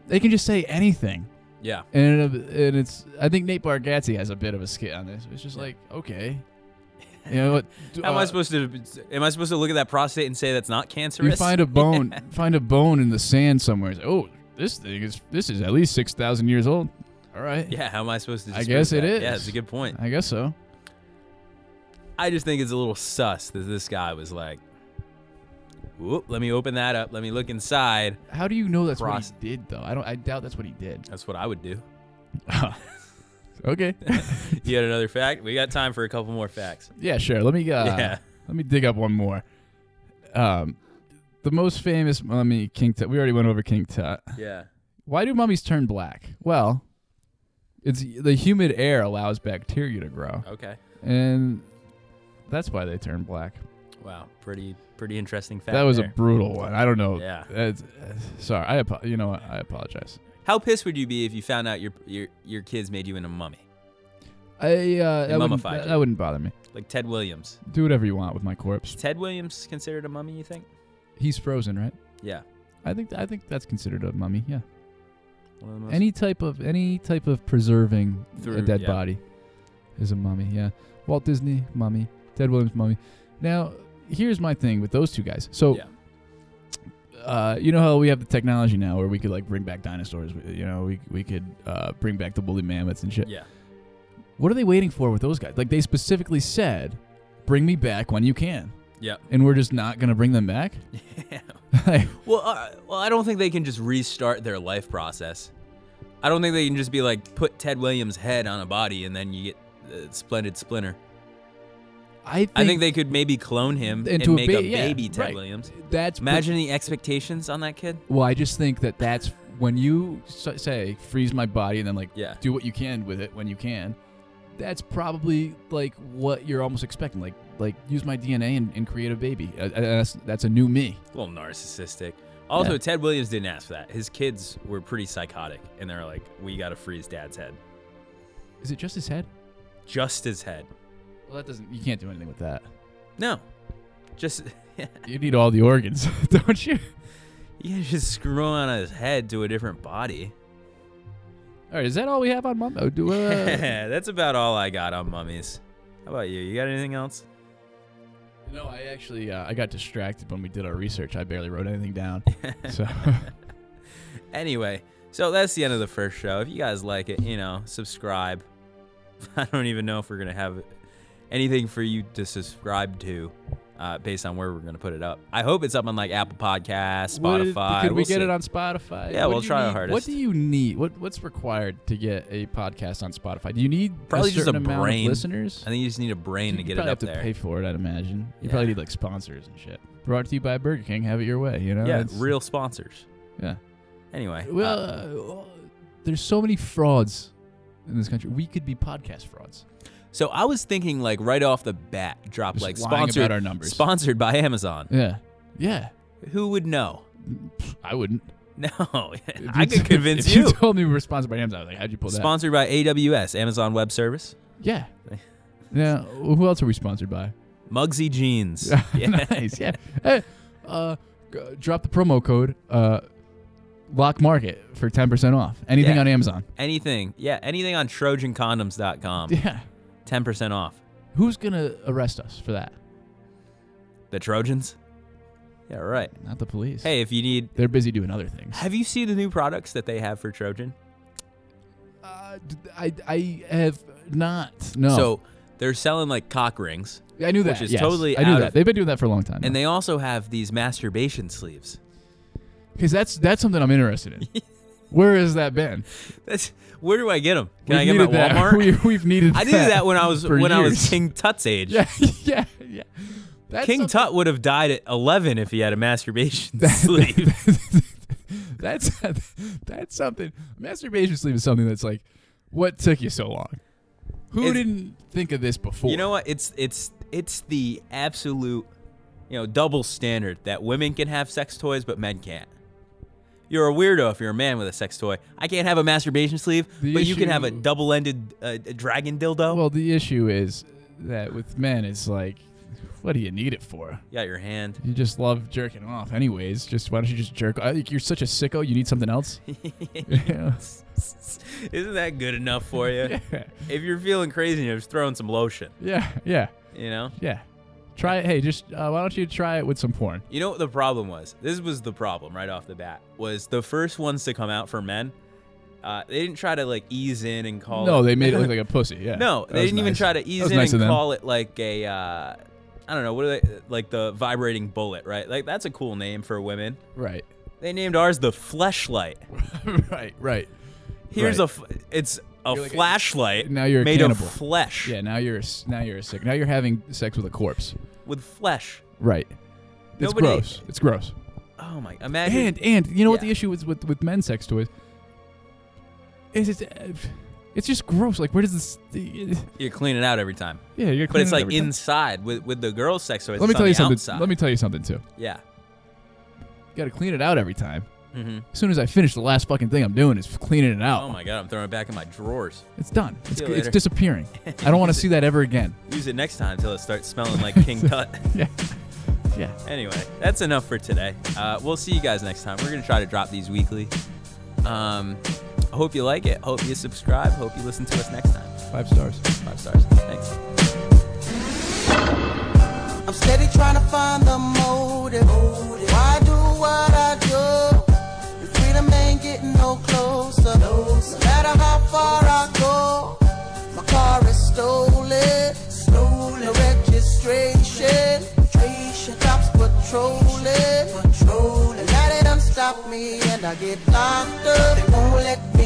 [SPEAKER 2] they can just say anything.
[SPEAKER 1] yeah.
[SPEAKER 2] And uh, and it's I think Nate Bargatze has a bit of a skit on this. It's just like okay, you know what?
[SPEAKER 1] How am
[SPEAKER 2] uh,
[SPEAKER 1] I supposed to? Am I supposed to look at that prostate and say that's not cancerous?
[SPEAKER 2] You find a bone, find a bone in the sand somewhere. It's, oh, this thing is this is at least six thousand years old. All right.
[SPEAKER 1] yeah. How am I supposed to?
[SPEAKER 2] I
[SPEAKER 1] dispute
[SPEAKER 2] guess it
[SPEAKER 1] that? Yeah,
[SPEAKER 2] is.
[SPEAKER 1] it's a good point.
[SPEAKER 2] I guess so.
[SPEAKER 1] I just think it's a little sus that this guy was like, "Whoop, let me open that up. Let me look inside."
[SPEAKER 2] How do you know that's
[SPEAKER 1] Prost-
[SPEAKER 2] what he did though? I don't. I doubt that's what he did.
[SPEAKER 1] That's what I would do.
[SPEAKER 2] okay.
[SPEAKER 1] You had another fact? We got time for a couple more facts.
[SPEAKER 2] yeah, sure. Let me uh,
[SPEAKER 1] Yeah.
[SPEAKER 2] let me dig up one more. Um, the most famous mummy, King Tut. We already went over King Tut.
[SPEAKER 1] Yeah.
[SPEAKER 2] Why do mummies turn black? Well, it's the humid air allows bacteria to grow,
[SPEAKER 1] Okay.
[SPEAKER 2] and that's why they turn black.
[SPEAKER 1] Wow. Pretty pretty interesting fact.
[SPEAKER 2] That was a
[SPEAKER 1] there.
[SPEAKER 2] brutal one. I don't know.
[SPEAKER 1] Yeah.
[SPEAKER 2] That's- uh, sorry. I apo- you know what? I apologize.
[SPEAKER 1] How pissed would you be if you found out your your your kids made you into a mummy?
[SPEAKER 2] I uh, that wouldn't,
[SPEAKER 1] mummified
[SPEAKER 2] that,
[SPEAKER 1] you.
[SPEAKER 2] that wouldn't bother me.
[SPEAKER 1] Like Ted Williams.
[SPEAKER 2] Do whatever you want with my
[SPEAKER 1] Is
[SPEAKER 2] corpse.
[SPEAKER 1] Ted Williams considered a mummy, you think?
[SPEAKER 2] He's frozen, right?
[SPEAKER 1] Yeah.
[SPEAKER 2] I think I think that's considered a mummy. Yeah.
[SPEAKER 1] One of the most
[SPEAKER 2] Any type of any type of preserving a
[SPEAKER 1] Through-
[SPEAKER 2] dead
[SPEAKER 1] yeah.
[SPEAKER 2] body is a mummy. Yeah. Walt Disney mummy, Ted Williams mummy. Now here's my thing with those two guys. So.
[SPEAKER 1] Yeah.
[SPEAKER 2] Uh, you know how we have the technology now where we could like bring back dinosaurs. You know, we we could uh, bring back the woolly mammoths and shit.
[SPEAKER 1] Yeah.
[SPEAKER 2] What are they waiting for with those guys? Like they specifically said, "Bring me back when you can,"
[SPEAKER 1] Yeah.
[SPEAKER 2] and we're just not gonna bring them back. Like,
[SPEAKER 1] Well, uh, well, I don't think they can just restart their life process. I don't think they can just be like put Ted Williams' head on a body and then you get a splendid splinter.
[SPEAKER 2] I think,
[SPEAKER 1] I think they could maybe clone him
[SPEAKER 2] Into
[SPEAKER 1] and
[SPEAKER 2] a
[SPEAKER 1] make a,
[SPEAKER 2] ba- yeah,
[SPEAKER 1] baby Ted
[SPEAKER 2] right.
[SPEAKER 1] Williams.
[SPEAKER 2] that's put-
[SPEAKER 1] Imagine the expectations on that kid.
[SPEAKER 2] well, I just think that that's when you s- say freeze my body and then like
[SPEAKER 1] Yeah.
[SPEAKER 2] do what you can with it when you can. That's probably like what you're almost expecting. Like like use my DNA and, and create a baby. Uh, uh, that's that's a new me.
[SPEAKER 1] A little narcissistic. Also,
[SPEAKER 2] Yeah.
[SPEAKER 1] Ted Williams didn't ask for that. His kids were pretty psychotic, and they're like, "We gotta freeze Dad's head,
[SPEAKER 2] Is it just his head?
[SPEAKER 1] just his head."
[SPEAKER 2] Well, that doesn't. You can't do anything with that.
[SPEAKER 1] No, just
[SPEAKER 2] You need all the organs, don't you?
[SPEAKER 1] you can just screw on his head to a different body.
[SPEAKER 2] All right, is that all we have on Mummy? Oh, do, uh,
[SPEAKER 1] That's about all I got on mummies. How about you? You got anything else?
[SPEAKER 2] no, I actually uh, I got distracted when we did our research. I barely wrote anything down. so
[SPEAKER 1] Anyway, so that's the end of the first show. If you guys like it, you know, subscribe. I don't even know if we're gonna have anything for you to subscribe to, uh, based on where we're gonna put it up. I hope it's up on like Apple Podcasts, Spotify.
[SPEAKER 2] Could we
[SPEAKER 1] We'll
[SPEAKER 2] get
[SPEAKER 1] see.
[SPEAKER 2] it on Spotify?
[SPEAKER 1] Yeah,
[SPEAKER 2] What
[SPEAKER 1] we'll
[SPEAKER 2] do you
[SPEAKER 1] try our
[SPEAKER 2] need- What
[SPEAKER 1] hardest.
[SPEAKER 2] do you need? What what's required to get a podcast on Spotify? Do you need
[SPEAKER 1] Probably
[SPEAKER 2] a
[SPEAKER 1] just
[SPEAKER 2] certain
[SPEAKER 1] a
[SPEAKER 2] amount
[SPEAKER 1] brain.
[SPEAKER 2] of listeners?
[SPEAKER 1] I think you just need a brain
[SPEAKER 2] you
[SPEAKER 1] to get it
[SPEAKER 2] probably
[SPEAKER 1] up
[SPEAKER 2] have to
[SPEAKER 1] there.
[SPEAKER 2] pay for it, I'd imagine. You
[SPEAKER 1] Yeah.
[SPEAKER 2] probably need like sponsors and shit. Brought to you by Burger King. Have it your way. You know.
[SPEAKER 1] yeah,
[SPEAKER 2] It's-
[SPEAKER 1] real sponsors.
[SPEAKER 2] Yeah.
[SPEAKER 1] Anyway, uh,
[SPEAKER 2] Well, uh, there's so many frauds in this country. We could be podcast frauds.
[SPEAKER 1] so I was thinking like right off the bat, drop
[SPEAKER 2] Just
[SPEAKER 1] Uh, like
[SPEAKER 2] lying about
[SPEAKER 1] sponsored
[SPEAKER 2] our numbers.
[SPEAKER 1] sponsored by Amazon.
[SPEAKER 2] Yeah. Yeah.
[SPEAKER 1] Who would know?
[SPEAKER 2] I wouldn't.
[SPEAKER 1] No,
[SPEAKER 2] If
[SPEAKER 1] I
[SPEAKER 2] you-
[SPEAKER 1] could convince
[SPEAKER 2] if
[SPEAKER 1] you.
[SPEAKER 2] told me we were sponsored by Amazon, I was like, how'd you pull that?
[SPEAKER 1] Sponsored by AWS, Amazon Web Service.
[SPEAKER 2] yeah. Yeah. Who else are we sponsored by?
[SPEAKER 1] Mugsy Jeans. Yeah.
[SPEAKER 2] nice. Yeah. Hey, uh, g- drop the promo code. Uh, Lock Market for 10% off. Anything
[SPEAKER 1] Yeah.
[SPEAKER 2] on Amazon.
[SPEAKER 1] Anything. Yeah, anything on trojancondoms.com.
[SPEAKER 2] Yeah.
[SPEAKER 1] 10% off.
[SPEAKER 2] Who's going to arrest us for that?
[SPEAKER 1] The Trojans? Yeah, right.
[SPEAKER 2] Not the police.
[SPEAKER 1] Hey, if you need.
[SPEAKER 2] They're busy doing other things.
[SPEAKER 1] Have you seen the new products that they have for Trojan?
[SPEAKER 2] Uh, d- I, I have not. No.
[SPEAKER 1] So they're selling like cock rings,
[SPEAKER 2] I knew that.
[SPEAKER 1] which is
[SPEAKER 2] yes.
[SPEAKER 1] totally
[SPEAKER 2] I knew
[SPEAKER 1] out
[SPEAKER 2] that.
[SPEAKER 1] of-
[SPEAKER 2] They've been doing that for a long time.
[SPEAKER 1] and they also have these masturbation sleeves.
[SPEAKER 2] Because that's that's something I'm interested in. Where has that been?
[SPEAKER 1] That's where do I get them? Can
[SPEAKER 2] We've
[SPEAKER 1] I get them
[SPEAKER 2] needed
[SPEAKER 1] at
[SPEAKER 2] that.
[SPEAKER 1] Walmart?
[SPEAKER 2] We, we've needed.
[SPEAKER 1] I needed that when I was
[SPEAKER 2] for
[SPEAKER 1] when I was
[SPEAKER 2] years.
[SPEAKER 1] King Tut's age.
[SPEAKER 2] Yeah, yeah, yeah. That's
[SPEAKER 1] King
[SPEAKER 2] something-
[SPEAKER 1] Tut would have died at 11 if he had a masturbation sleeve.
[SPEAKER 2] That's that's something. Masturbation sleep is something that's like, what took you so long? Who
[SPEAKER 1] It's-
[SPEAKER 2] didn't think of this before?
[SPEAKER 1] You know what? It's it's it's the absolute, you know, double standard that women can have sex toys but men can't. You're a weirdo if you're a man with a sex toy. I can't have a masturbation sleeve,
[SPEAKER 2] The
[SPEAKER 1] but you can have a
[SPEAKER 2] issue-
[SPEAKER 1] double-ended uh, dragon dildo.
[SPEAKER 2] Well, the issue is that with men, it's like, what do you need it for?
[SPEAKER 1] you got your hand.
[SPEAKER 2] You just love jerking off, anyways. Just why don't you just jerk? uh, You're such a sicko. You need something else. yeah.
[SPEAKER 1] Isn't that good enough for you?
[SPEAKER 2] yeah,
[SPEAKER 1] If you're feeling crazy, you're just throwing some lotion.
[SPEAKER 2] yeah, yeah,
[SPEAKER 1] You know.
[SPEAKER 2] yeah. Try it. Hey, just uh, why don't you try it with some porn?
[SPEAKER 1] You know what the problem was? This was the problem right off the bat. Was the first ones to come out for men? Uh, they didn't try to like ease in and call.
[SPEAKER 2] No,
[SPEAKER 1] it-
[SPEAKER 2] they made it look like a pussy. Yeah.
[SPEAKER 1] No,
[SPEAKER 2] That
[SPEAKER 1] they
[SPEAKER 2] was
[SPEAKER 1] didn't even
[SPEAKER 2] nice.
[SPEAKER 1] try to
[SPEAKER 2] That
[SPEAKER 1] ease
[SPEAKER 2] was
[SPEAKER 1] in
[SPEAKER 2] nice
[SPEAKER 1] and
[SPEAKER 2] of them.
[SPEAKER 1] call it like a, uh, I don't know, what are they, like the vibrating bullet, right? Like that's a cool name for women.
[SPEAKER 2] Right.
[SPEAKER 1] They named ours the fleshlight.
[SPEAKER 2] right. Right.
[SPEAKER 1] Here's a,
[SPEAKER 2] Right.
[SPEAKER 1] f- it's a
[SPEAKER 2] You're like a-
[SPEAKER 1] flashlight.
[SPEAKER 2] now you're a
[SPEAKER 1] made
[SPEAKER 2] cannibal.
[SPEAKER 1] of flesh.
[SPEAKER 2] Yeah. Now you're a s- now you're a sick. Now you're having sex with a corpse.
[SPEAKER 1] With flesh.
[SPEAKER 2] Right. It's
[SPEAKER 1] Nobody-
[SPEAKER 2] gross. It's gross.
[SPEAKER 1] Oh my! Imagine.
[SPEAKER 2] And and you know what the
[SPEAKER 1] Yeah.
[SPEAKER 2] issue is with with men's sex toys is it's uh, it's just gross. Like where does this?
[SPEAKER 1] you clean it out every time,
[SPEAKER 2] Yeah. You're
[SPEAKER 1] but it's like inside with with the girls' sex toys.
[SPEAKER 2] Let me
[SPEAKER 1] it's on
[SPEAKER 2] tell you
[SPEAKER 1] the
[SPEAKER 2] something.
[SPEAKER 1] outside.
[SPEAKER 2] Let me tell you something too.
[SPEAKER 1] Yeah.
[SPEAKER 2] You got to clean it out every time.
[SPEAKER 1] Mm-hmm.
[SPEAKER 2] As soon as I finish the last fucking thing I'm doing is cleaning it out.
[SPEAKER 1] Oh my god! I'm throwing it back in my drawers.
[SPEAKER 2] It's done. It's,
[SPEAKER 1] See you
[SPEAKER 2] it's
[SPEAKER 1] later.
[SPEAKER 2] disappearing. I don't want to see that ever again.
[SPEAKER 1] Use it next time until it starts smelling like King Tut.
[SPEAKER 2] Yeah. Yeah.
[SPEAKER 1] Anyway, that's enough for today. Uh, we'll see you guys next time. We're gonna try to drop these weekly. Um, I hope you like it. Hope you subscribe. Hope you listen to us next time.
[SPEAKER 2] Five stars.
[SPEAKER 1] Five stars. Thanks.
[SPEAKER 9] I'm steady trying to find the motive. Why do what I do? If freedom ain't getting no closer. No matter how far I go, my car is stolen. Stolen. No registration. Cops patrolling. Patrolling. Now they done stopped me and I get locked up. They won't let me